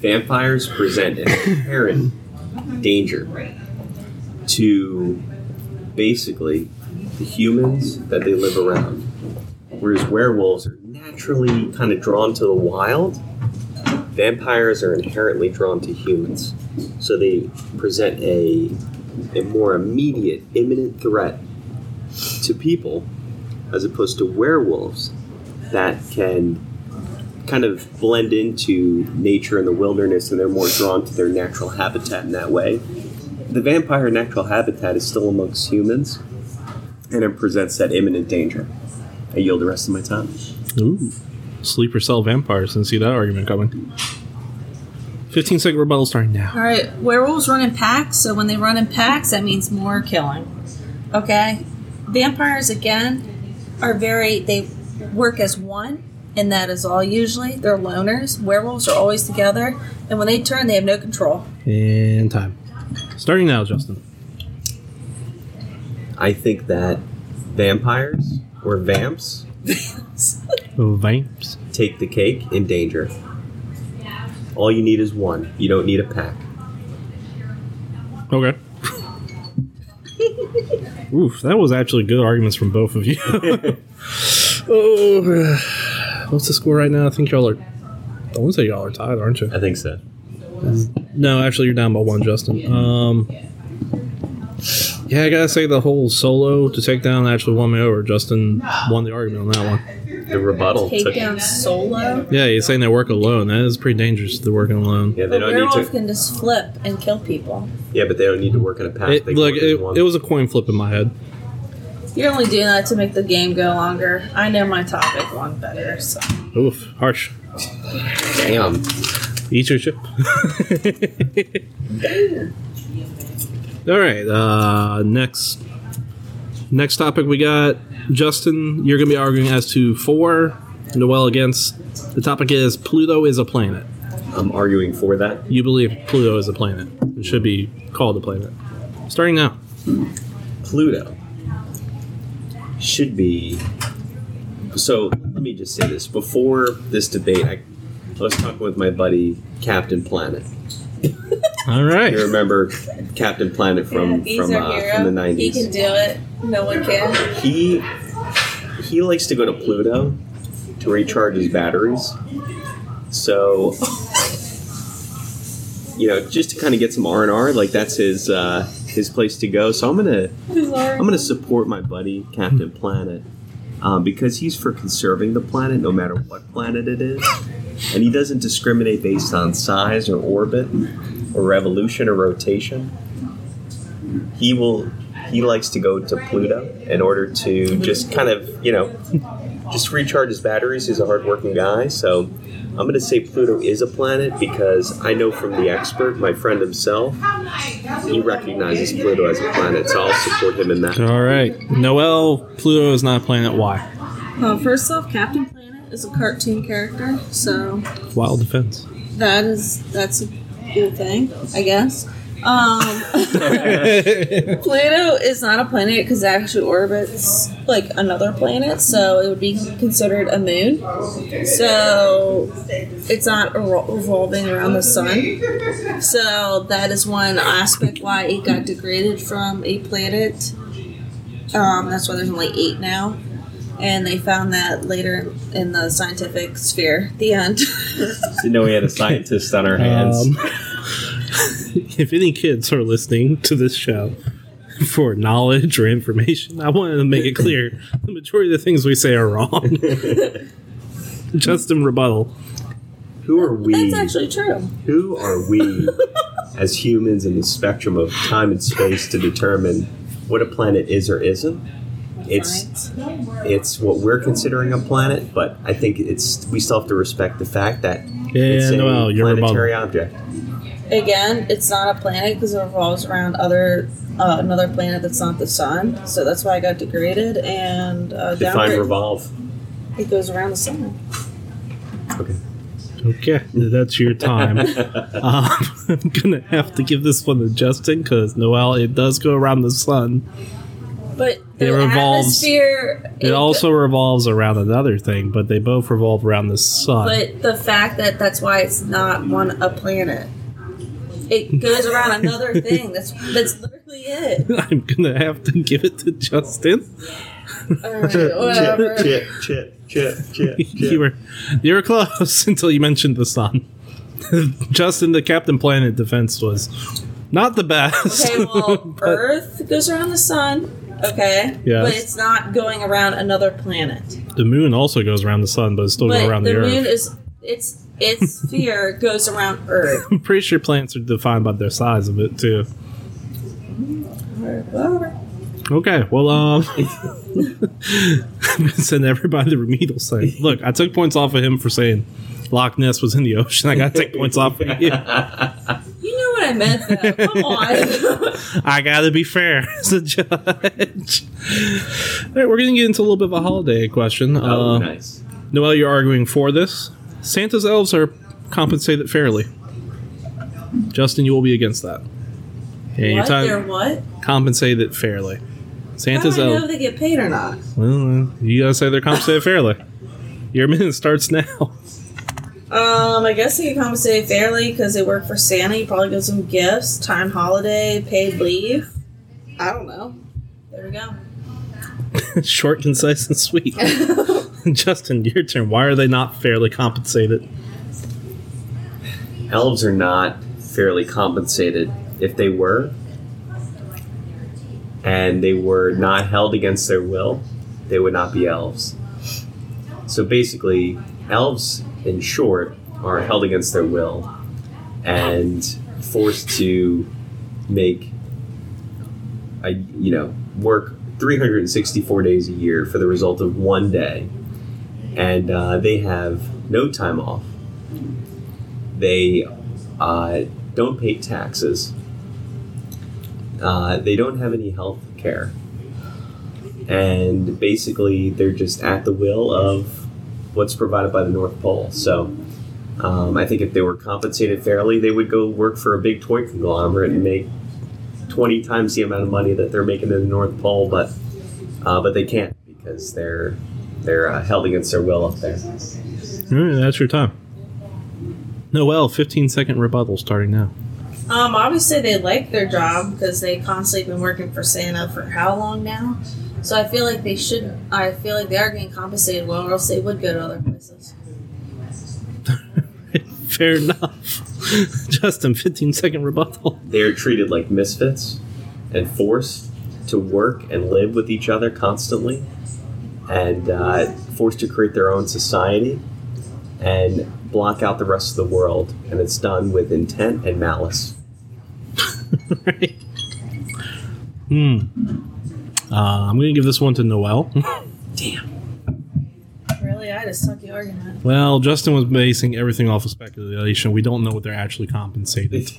Vampires present an inherent danger to basically the humans that they live around. Whereas werewolves are naturally kind of drawn to the wild, vampires are inherently drawn to humans. So they present a, a more immediate, imminent threat to people as opposed to werewolves that can kind of blend into nature and the wilderness and they're more drawn to their natural habitat in that way. The vampire natural habitat is still amongst humans and it presents that imminent danger. I yield the rest of my time.
Ooh. sleeper cell vampire. Since see that argument coming. Fifteen second rebuttal starting now.
(laughs) All right, werewolves run in packs, so when they run in packs, that means more killing. Okay? Vampires, again, are very, they work as one, and that is all usually. They're loners. Werewolves are always together, and when they turn, they have no control.
And time. Starting now, Justin.
I think that vampires or vamps
Vamps.
take the cake in danger. All you need is one. You don't need a pack.
Okay. Oof, that was actually good arguments from both of you. (laughs) oh, what's the score right now? I think y'all are. I want to say y'all are tied, aren't you?
I think so.
No, actually, you're down by one, Justin. Um, yeah, I gotta say the whole solo to take down actually won me over. Justin won the argument on that one.
The rebuttal took.
Takedown solo.
Yeah, he's saying they work alone. That is pretty dangerous. They're working alone.
Yeah, they
A
don't need
werewolf
to.
can just flip and kill people.
Yeah, but they don't need to work in a pack.
It,
they
look,
can work as
it,
one.
it was a coin flip in my head.
You're only doing that to make the game go longer. I know my topic one better, so.
Oof, harsh.
damn.
Eat your chip. All right. Uh, next, next topic we got Justin. You're going to be arguing as to four, Noel against. The topic is Pluto is a planet.
I'm arguing for that.
You believe Pluto is a planet. It should be called a planet. Starting now.
Pluto should be. So let me just say this: before this debate, I, I was talking with my buddy Captain Planet.
All right.
You
(laughs)
remember Captain Planet from
He's
from,
our
uh,
hero.
from the
He can
nineties?
do it. No one can.
He he likes to go to Pluto to recharge his batteries. So you know, just to kind of get some R and R, like that's his uh, his place to go. So I'm gonna. I'm going to support my buddy Captain Planet um, because he's for conserving the planet, no matter what planet it is, and he doesn't discriminate based on size or orbit or revolution or rotation. He will. He likes to go to Pluto in order to just kind of, you know, just recharge his batteries. He's a hardworking guy, so I'm going to say Pluto is a planet because I know from the expert, my friend himself, he recognizes Pluto as a planet, so I'll support him in that.
All right. Noel, Pluto is not a planet. Why?
Well, first off, Captain Planet is a cartoon character, so
Wild defense.
that is that's a cool thing, I guess. Um, (laughs) Pluto is not a planet because it actually orbits like another planet, so it would be considered a moon. So it's not revol- revolving around the sun. So that is one aspect why it got degraded from a planet. Um, that's why there's only eight now. And they found that later in the scientific sphere. The end. (laughs)
Didn't know we had a scientist on our hands.
Um, (laughs) if any kids are listening to this show (laughs) for knowledge or information, I wanted to make it clear the majority of the things we say are wrong. (laughs) Justin rebuttal.
(laughs) who are we?
That's actually true.
who are we as humans in the spectrum of time and space to determine what a planet is or isn't? It's it's what we're considering a planet, but I think it's we still have to respect the fact that it's
And
a
well, your
planetary
rebuttal.
object.
Again, it's not a planet because it revolves around other uh, another planet that's not the sun. So that's why I got degraded and uh,
Define
downgrade-
revolve.
It goes around the sun.
Okay.
Okay, that's your
(laughs)
time. um, I'm gonna have to give this one to Justin because Noel, it does go around the sun.
But the
It revolves-
atmosphere.
It also revolves around another thing, but they both revolve around the sun.
But the fact that that's why it's not one a planet. It goes
(laughs)
around another thing. That's that's literally it.
(laughs) I'm gonna have to give it to Justin.
All right, whatever.
Chip, chip, chip, chip,
(laughs) you were you were close (laughs) until you mentioned the sun. (laughs) Justin, the Captain Planet defense was not the (laughs) best.
Okay, well, Earth goes around the sun. Okay,
Yes.
but it's not going around another planet.
the moon also goes around the sun, but it's still going
But
around
the,
the, earth.
moon is its
(laughs)
its sphere goes around Earth.
I'm pretty sure planets are defined by their size of it too. Okay, well, um, I'm gonna (laughs) send everybody the remedial site. Look, I took points off of him for saying Loch Ness was in the ocean. I gotta take points off of you.
You know what I meant,
(laughs)
though. Come on.
I gotta be fair (laughs) as a judge. All right, we're gonna get into a little bit of a holiday question.
Oh,
uh,
nice.
Noel, you're arguing for this. Santa's elves are compensated fairly. Justin, you will be against that.
(laughs)
And your
what? They're
time
what?
compensated fairly.
How
Santa's
do I know if
elves.
they get paid or not?
Well, you gotta say they're compensated fairly. Your minute starts now. (laughs)
Um, I guess they get compensated fairly because they work for Santa. He probably gives them gifts, time holiday, paid leave. I don't know. There we go.
Short, concise, and sweet. (laughs)
(laughs)
Justin, your turn. Why are they not fairly compensated?
Elves are not fairly compensated. If they were, and they were not held against their will, they would not be elves. So basically, elves, in short, are held against their will and forced to make, I you know, work 364 days a year for the result of one day, and uh, they have no time off. They uh, don't pay taxes. Uh, they don't have any health care. And basically, they're just at the will of what's provided by the North Pole. So um, I think if they were compensated fairly, they would go work for a big toy conglomerate and make 20 times the amount of money that they're making in the North Pole, but uh, but they can't because they're they're uh, held against their will up there.
All right, that's your time. Noel, 15 second rebuttal starting now.
Um, obviously they like their job because they constantly been working for Santa for how long now? So I feel like they should. I feel like they are getting compensated well, or else they would go to other places.
Fair enough. (laughs) Justin, 15 second rebuttal. (laughs)
They are treated like misfits and forced to work and live with each other constantly and uh, forced to create their own society and block out the rest of the world. And it's done with intent and malice.
Right. Hmm. Uh, I'm going to give this one to Noel. (laughs)
Really, I just suck the argument.
well, Justin was basing everything off of speculation. We don't know what they're actually
(laughs)
compensated.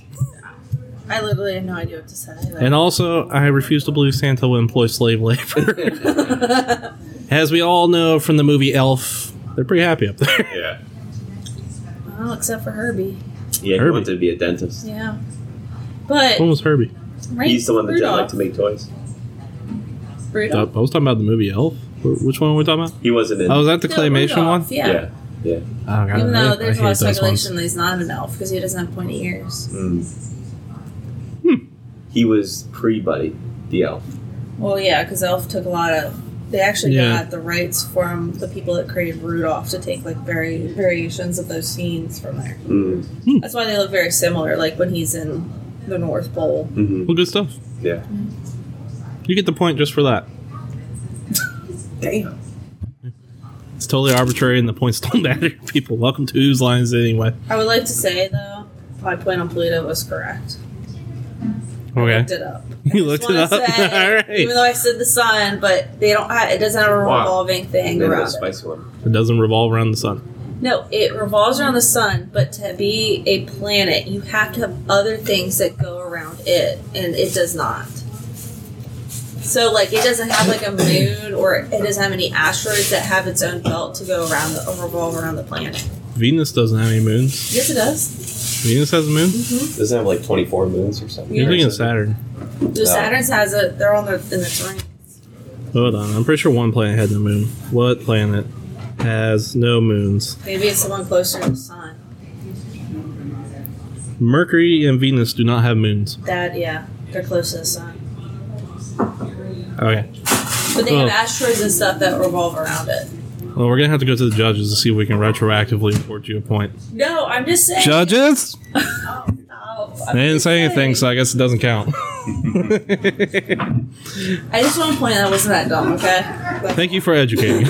I literally have no idea what to say. Like,
And also, I refuse to believe Santa would employ slave labor. (laughs) As we all know from the movie Elf, they're pretty happy up there. (laughs)
Yeah.
(laughs) well, except for Herbie.
Yeah, he
Herbie.
wanted to be a dentist.
Yeah, but
When was Herbie?
right,
He's the one that
Rudolph.
liked to make toys.
I I
Rudolph.
was talking about the movie Elf. Wh- Which one were we talking about?
He wasn't in.
Oh, was that the
No,
claymation
Rudolph,
one?
Yeah.
yeah. Yeah.
Oh, God,
Even
I-
though
I
there's a
hate
lot of
those ones.
speculation that he's not an elf because he doesn't have pointy ears.
Mm. He was pre Buddy, the elf.
Well, yeah, because Elf took a lot of. They actually
Yeah.
got the rights from the people that created Rudolph to take like very variations of those scenes from there.
Mm.
Hmm.
That's why they look very similar. Like when he's in the North Pole.
hmm
Well, good stuff.
Yeah.
You get the point just for that.
Damn.
It's totally arbitrary, and the points (laughs) don't matter. People, welcome to Whose Lines Anyway.
I would like to say though, my point on Pluto was correct.
Okay,
Looked it up.
(laughs) you looked
Just
it
wanna
up.
say,
All right,
Even though I said the sun, but they don't. Have, it doesn't have a
Wow.
revolving thing
And then the
around. it.
spicy one.
it doesn't revolve around the sun.
No, it revolves around the sun, but to be a planet, you have to have other things that go around it, and it does not. So, like, it doesn't have like a moon, or it doesn't have any asteroids that have its own belt to go around the, or revolve around the planet.
Venus doesn't have any moons.
Yes, it does.
Venus has a moon.
Doesn't have like 24 moons or something.
You're thinking
Or
of
something.
Saturn.
The Saturn has it. They're on the in the terrain.
Hold on, I'm pretty sure one planet had no moon. What planet has no moons?
Maybe it's the one closer to the sun.
Mercury and Venus do not have moons.
That yeah, they're close to the sun,
Okay,
but they have
Oh.
asteroids and stuff that revolve around it.
well, we're gonna have to go to the judges to see if we can retroactively award you a point.
No, I'm just saying.
Judges,
Oh,
they didn't say anything, so I guess it doesn't count.
(laughs)
I just want to point out I wasn't that dumb. Okay.
Thank you for educating.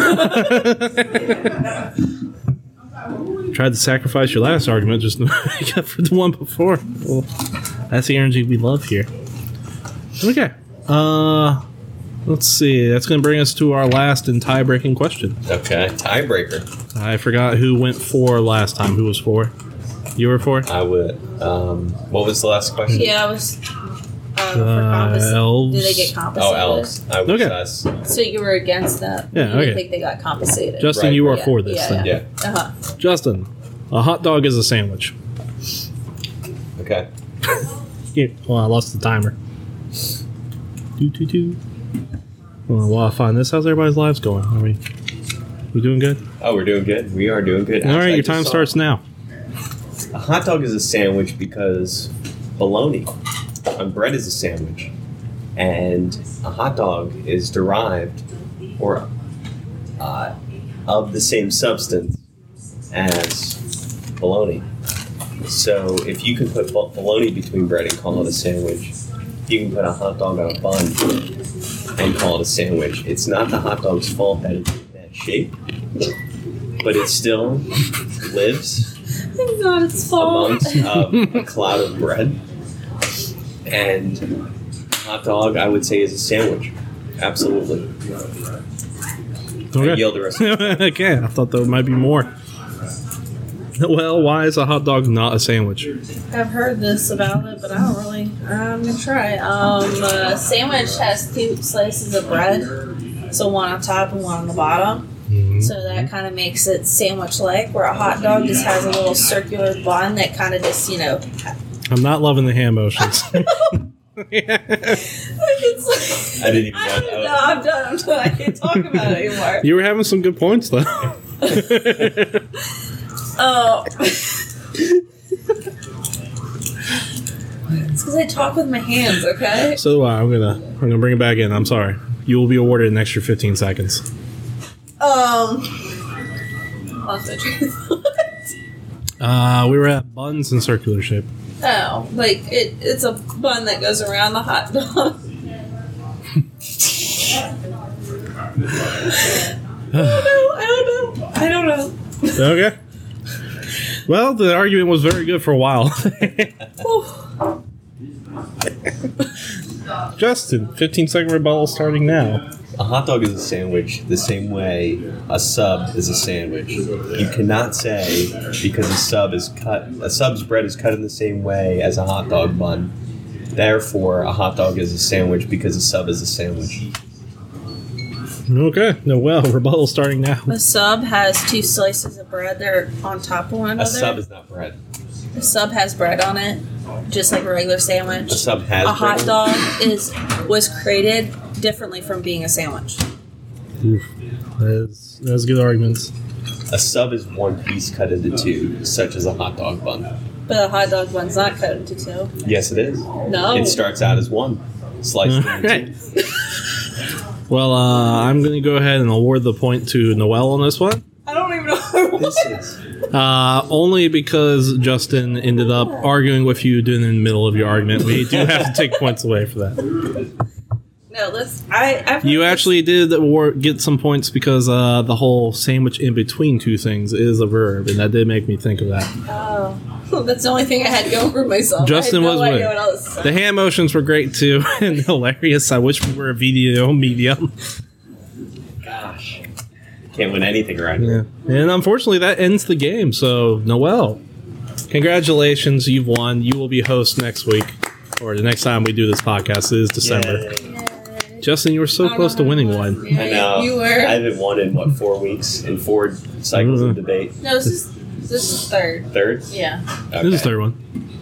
Tried to sacrifice your last argument just (laughs) to make up for the one before. Well, that's the energy we love here. Okay. Uh, Let's see. That's going to bring us to our last and tie-breaking question.
Okay. Tiebreaker.
I forgot who went four last time. Who was four? You were four.
I would. Um, what was the last question?
Yeah, I was. Uh, for
Uh,
compos-
elves.
Do they get
Oh,
compensated?
elves. I was
Okay.
us.
So you were against that.
Yeah,
You didn't
okay.
think they got compensated.
Justin,
Right.
you are
Yeah,
for this
yeah,
thing.
Yeah.
Uh-huh.
Justin, a hot dog is a sandwich.
Okay.
Yeah, well, I lost the timer. Do do do. Well, while I find this, how's everybody's lives going? Are we? We doing good?
Oh, we're doing good. We are doing good.
All right,
Actually, I
your
just
time
saw-
starts now.
A hot dog is a sandwich because bologna on bread is a sandwich, and a hot dog is derived or uh, of the same substance as bologna. So if you can put bo- bologna between bread and call it a sandwich, you can put a hot dog on a bun and call it a sandwich. It's not the hot dog's fault that it's that shape, but it still lives
It's not its fault.
amongst um, a cloud of bread. And hot dog, I would say, is a sandwich. Absolutely. I
Okay.
yelled the
(laughs)
rest.
okay, I thought there might be more. Well, why is a hot dog not a sandwich?
(laughs) I've heard this about it, but I don't really. I'm gonna try. Um, uh, sandwich has two slices of bread, so one on top and one on the bottom.
Mm-hmm.
So that kind of makes it sandwich-like, where a hot dog just has a little circular bun that kind of just, you know, (laughs)
I'm not loving the hand
(laughs)
motions.
like it's
I didn't even
I
know.
don't know. I'm done. I'm done. I can't talk about it anymore.
(laughs) you were having some good points though. (laughs)
Oh. it's because I talk with my hands. Okay.
so do I. I'm gonna I'm gonna bring it back in. I'm sorry. You will be awarded an extra 15 seconds.
Um. Also,
Uh, we were at buns in circular shape.
Oh, like it, it's a bun that goes around the hot dog. (laughs) I don't know. I don't know. I don't know.
Okay. Well, the argument was very good for a while. (laughs) Justin, 15 second rebuttal starting now.
A hot dog is a sandwich the same way a sub is a sandwich. You cannot say because a sub is cut, a sub's bread is cut in the same way as a hot dog bun. Therefore, a hot dog is a sandwich because a sub is a sandwich.
Okay. No, well, (laughs) rebuttal starting now.
A sub has two slices of bread. They're on top of one another.
A sub is not bread.
A sub has bread on it, just like a regular sandwich.
A sub has
a hot
bread.
dog is was created differently from being a sandwich.
That's, that's good arguments.
A sub is one piece cut into two, such as a hot dog bun.
But a hot dog bun's not cut into two.
Yes, it is.
No.
It starts out as one, sliced (laughs) into
Okay. well, uh, I'm going to go ahead and award the point to Noel on this one.
I don't even know. Where I
two.
was.
This is
Uh, only because Justin ended up arguing with you during the middle of your argument. We do have to take points away for that.
No, let's. I. I've
You
heard this-
actually did award, get some points because uh, the whole sandwich in between two things is a verb, and that did make me think of that.
Oh, (laughs) that's the only thing I had going for myself.
Justin
I had
was
no
with
idea
it.
what else.
The hand motions were great too (laughs) and hilarious. I wish we were a video medium.
gosh. Can't win anything right now.
Yeah. And unfortunately, that ends the game. So, Noel, congratulations. You've won. You will be host next week or the next time we do this podcast it is December. Justin, you were so close to winning one.
I know.
You were.
uh, I haven't won in what four weeks in four cycles
Mhm.
of debate.
no, this is this is third.
Third.
Yeah.
Okay.
This is the third one.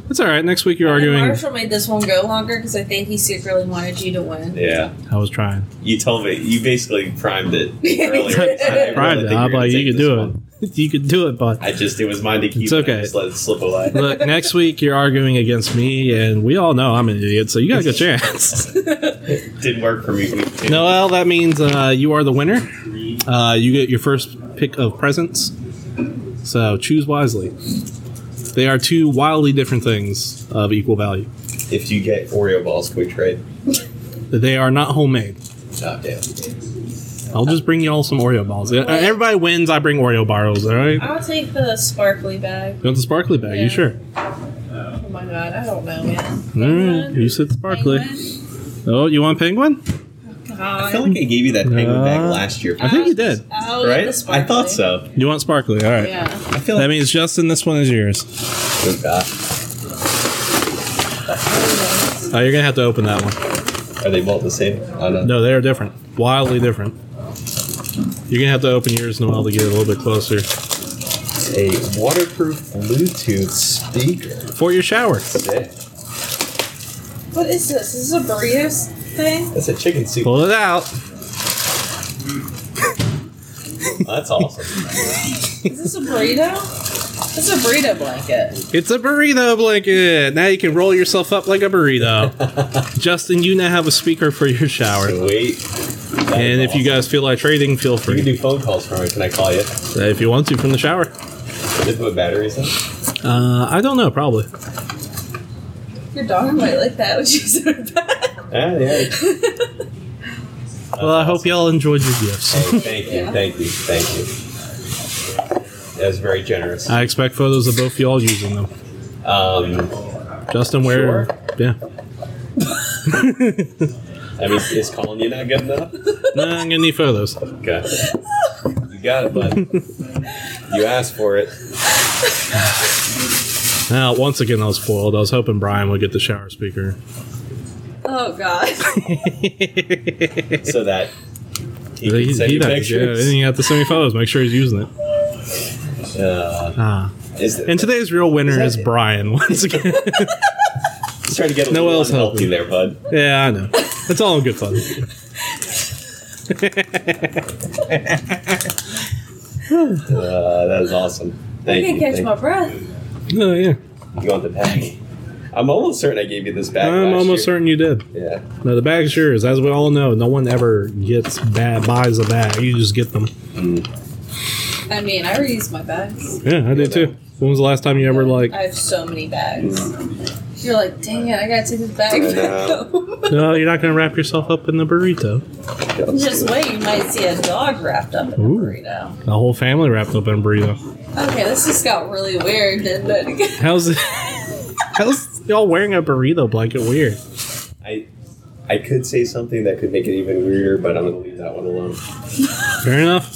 That's all right. Next week you're
And
arguing.
Marshall made this one go longer because I think he secretly wanted you to
(laughs)
win. (laughs)
Yeah,
I was trying.
you told me you basically primed it earlier. I
Right.
really think
I'm
you're gonna
like, you
take
could
this
do
one.
it. (laughs) You could do it, bud.
I just it was mine to keep.
It's
and I
okay.
just let it slip away.
Look, next week you're arguing against me, and we all know I'm an idiot, so you got a good chance.
Didn't work for me.
(laughs) Noel, that means uh, you are the winner. Uh, you get your first pick of presents. So choose wisely. They are two wildly different things of equal value.
If you get Oreo balls, quick trade.
They are not homemade.
Oh damn.
I'll just bring you all some Oreo balls. Uh, Everybody wins, I bring Oreo barrels, all right? You
I'll take the sparkly bag.
want the sparkly bag?
Yeah.
You sure?
Oh my god, I don't know, man.
All right, you said sparkly.
Penguin?
Oh, you want penguin?
God,
I feel like I gave you that penguin bag last year,
I think you did.
Oh, yeah,
right?
the
I thought
sparkly.
so.
You want sparkly? All right.
Yeah.
I feel
That
like
means Justin, this one is yours.
Oh, God.
Oh, you're gonna have to open that one.
Are they both the same? I don't know.
No, they are different. Wildly different. You're gonna have to open yours, Noel, to get a little bit closer
A waterproof Bluetooth speaker.
for your shower.
Sick.
What is this? Is this a burritos thing?
That's a chicken soup.
Pull it out.
That's awesome.
Is this a burrito? This is a burrito blanket.
It's a burrito blanket. Now you can roll yourself up like a burrito.
(laughs)
Justin, you now have a speaker for your shower.
Wait.
And if you guys feel like trading, feel
You can
free.
do phone calls for me. Can I call you?
Uh, if you want to from the shower.
Did they put batteries in?
Uh, I don't know, probably.
Your dog might like that. Would you say that?
Yeah, Ah, yeah.
Well, I hope y'all enjoyed your gifts.
Hey, thank you, thank you, thank you. That was very generous.
I expect photos of both y'all using them.
Um,
Justin, where?
Sure.
Yeah.
I mean, is calling you not good enough?
No, I'm gonna need photos.
Okay. You got it, bud. You asked for it.
Now, once again, I was foiled. I was hoping Brian would get the shower speaker.
Oh god.
So that he
He,
can send
he
you
does, yeah, and
pictures.
you have to send me photos. Make sure he's using it.
Uh,
Ah.
is it
And today's real winner
that
is
it?
Brian once again. (laughs)
Just trying to get a
No
little
else helping.
unhealthy there, bud.
yeah, I know. It's all in good fun.
Uh, that is awesome. Thank
I
you.
can catch
thank
my breath.
Oh yeah,
you. you want the bag? I'm almost certain I gave you this bag.
I'm
last
almost
year.
certain you did.
Yeah.
No, the bag's yours. As we all know, no one ever gets bad buys a bag. You just get them.
I mean, I reuse my bags.
Yeah, I did too. When was the last time you ever like?
I have so many bags. You're like, dang it, I gotta take this bag
I
back
know.
home. (laughs)
No, you're not gonna wrap yourself up in the burrito.
Just wait, you might see a dog wrapped up in a
Ooh.
burrito.
The whole family wrapped up in a burrito.
Okay, this just got really weird, didn't it?
How's (laughs) it? How's y'all wearing a burrito blanket weird?
I I could say something that could make it even weirder, but I'm gonna leave that one alone.
Fair enough.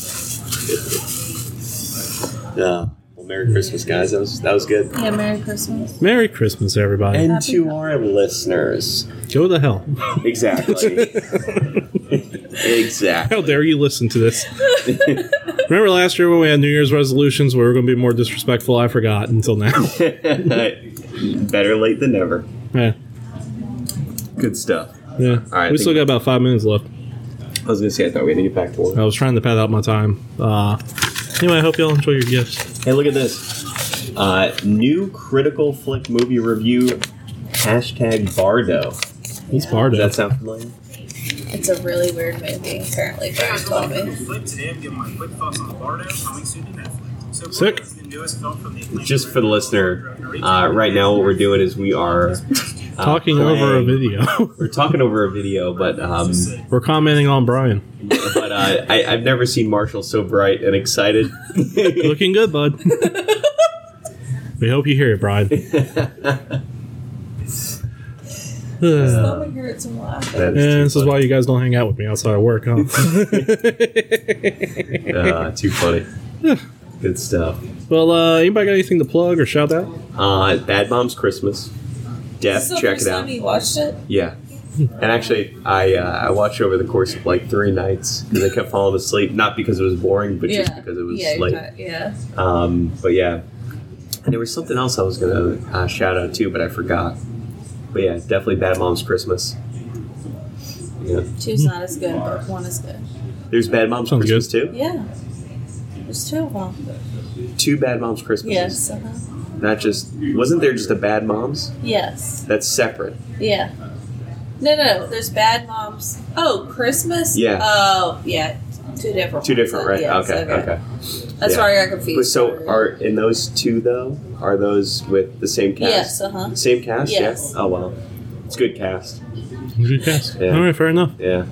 Yeah. Well, Merry Christmas, guys. That was that was good.
(laughs) Yeah, Merry Christmas.
Merry Christmas, everybody.
And to our listeners,
Go to hell.
exactly, exactly.
How dare you listen to this? Remember last year when we had New Year's resolutions, we were going to be more disrespectful. I forgot until now. (laughs)
Better late than never.
yeah,
Good stuff.
yeah.
right,
we still
thank
got about five minutes left.
I was gonna say I thought we had to get back to work.
I was trying to pad out my time. Uh, anyway, I hope y'all enjoy your gifts.
Hey, look at this. Uh, new critical flick movie review. Hashtag Bardo.
It's Bardo.
Does that sound familiar?
It's a really weird movie, apparently. Brian told
Uh,
me.
Today I'm giving my quick thoughts on Bardo, coming soon to Netflix. So
Sick.
Bardo is the newest film from the acclaimed
Just for the listener, uh, right now what we're doing is we are uh,
Talking over a
playing-
video. (laughs)
We're talking over a video, but um,
we're commenting on Brian.
but uh, I, I've never seen Marshall so bright and excited.
Looking good, bud. we hope you hear it, Brian. (sighs) yeah,
Let me hear it some laughing.
this is why you guys don't hang out with me outside of work, huh?
Uh, (laughs) too funny. Good stuff.
well, uh, anybody got anything to plug or shout out?
Uh, Bad Moms Christmas.
Is
Death,
this the
check
first
it out.
time you watched it?
Yeah. And actually, I uh, I watched over the course of like three nights because I kept falling asleep. Not because it was boring, but just because it was
yeah,
late.
got- yeah.
Um, but yeah, and there was something else I was gonna uh, shout out too, but I forgot. But yeah, definitely Bad Moms Christmas. Yeah,
Two's not as good, but one is good.
there's Bad Moms
Sounds
Christmas too.
Yeah. There's two of them.
Two Bad Moms Christmas.
Yes. uh-huh.
Not just wasn't there just a Bad Moms?
Yes.
That's separate.
Yeah.
No, no, there's bad moms. Oh, Christmas?
Yeah.
Oh, yeah. Two different
Two
ones.
different, right?
Uh, Yeah,
okay,
so-
okay.
That's
Yeah.
why I got
But
confused.
so are in those two though? Are those with the same cast?
Yes, uh-huh.
Same cast?
Yes.
Yeah. Oh wow, it's good cast.
Good guess.
Yeah.
All right, fair enough.
Yeah.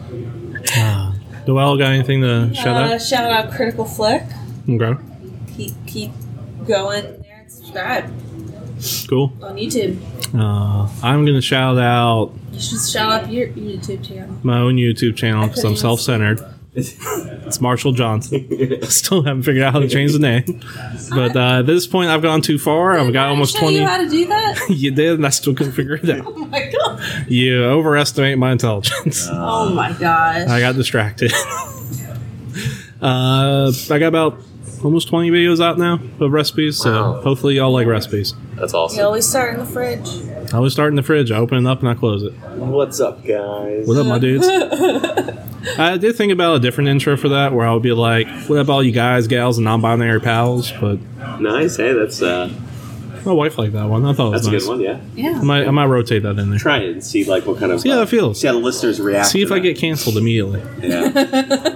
Uh, Noel got anything to shout
uh,
out?
shout out Critical Flick.
Okay,
Keep, keep going there and subscribe
cool.
on YouTube.
Uh, I'm gonna shout out
You should shout up your YouTube channel.
my own YouTube channel because
(laughs)
I'm self centered. It's Marshall Johnson. Still haven't figured out how to change the name, but uh, at this point, I've gone too far. I've got almost
Did I show
twenty.
you how to do that? (laughs)
(laughs) You did, and I still couldn't figure it out.
Oh my god.
You overestimate my intelligence.
Oh my gosh.
I got distracted. (laughs) uh, I got about almost 20 videos out now of recipes, so
Wow.
hopefully y'all like recipes.
That's
you
awesome.
always start in the fridge.
I always start in the fridge, I open it up and I close it.
What's up, guys?
What up, my
(laughs)
dudes? I did think about a different intro for that where I would be like, what up, all you guys, gals, and non binary pals? But
Nice. Hey, that's uh,
my wife liked that one. I thought it was
that's a
nice.
good one. Yeah.
I
Yeah.
might, I might rotate that in there.
Try it and see like what kind of
See how that feels.
See how the listeners react.
See if
to
I
that.
get canceled immediately.
Yeah.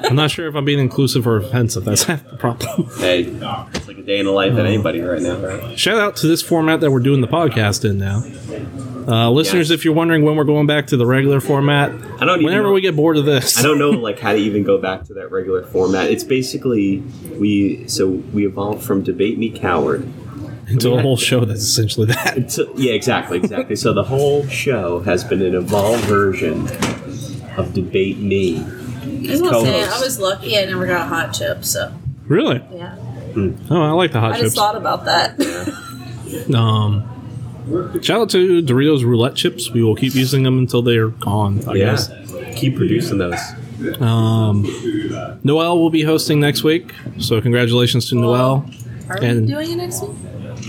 I'm not sure if I'm being inclusive or offensive. That's (laughs) half the problem.
hey, it's like a day in the life of anybody right now, right?
Shout out to this format that we're doing the podcast in now. Uh, listeners, if you're wondering when we're going back to the regular format,
I don't. even
whenever
know-
we get bored of this,
I don't know like how to even go back to that regular format. It's basically we so we evolved from debate me coward.
into a whole show that's essentially that.
So, yeah, exactly, exactly. so the whole show has been an evolved version of debate me.
I was gonna say, I
co-host.
was lucky I never got hot chips, so
Really?
yeah.
Oh, I like the hot
I
chips.
just thought about that.
um, shout out to Doritos roulette chips. We will keep using them until they are gone. I
Yeah,
guess.
keep producing those.
Um, Noel will be hosting next week, so congratulations to Noel.
Are
And-
we doing it next week?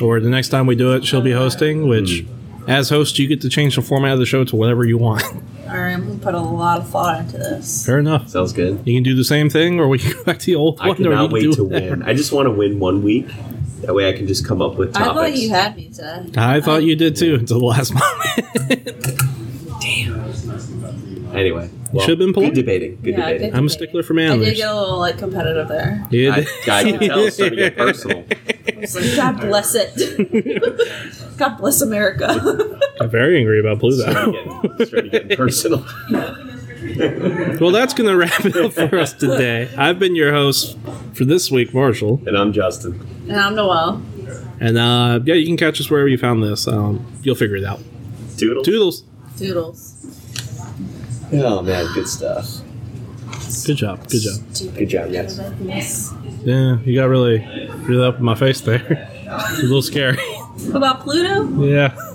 Or the next time we do it, she'll be hosting. Which,
Hmm.
as host, you get to change the format of the show to whatever you want. (laughs)
All right, I'm gonna put a lot of thought into this.
Fair enough.
Sounds good.
You can do the same thing, or we can go back to the old
I
one. or
cannot
we can
wait
do
to
whatever.
win. I just want to win one week. That way, I can just come up with
I
topics.
thought you had me today.
I thought you did too until the last (laughs) moment.
Anyway, well,
should've been polite.
good debating. Good
Yeah,
debating.
good-
I'm a stickler for
I did
manners.
get a little like competitive there.
You
(laughs) I,
did.
I can tell it's starting to get (laughs) personal.
I was like, God bless it. God bless America. (laughs)
I'm very angry about
Starting
Pluto.
to get- starting to get personal.
well, that's going to wrap it up for us today. I've been your host for this week, Marshall.
And I'm Justin.
and I'm Noel.
And uh, yeah, you can catch us wherever you found this. Um, you'll figure it out.
Doodle.
Toodles.
Doodles.
Oh man, good stuff.
Good job. Good job.
Good job, guys.
Yes.
Yeah, you got (laughs) really, really up in my face there. It's a little scary. (laughs)
About Pluto?
Yeah.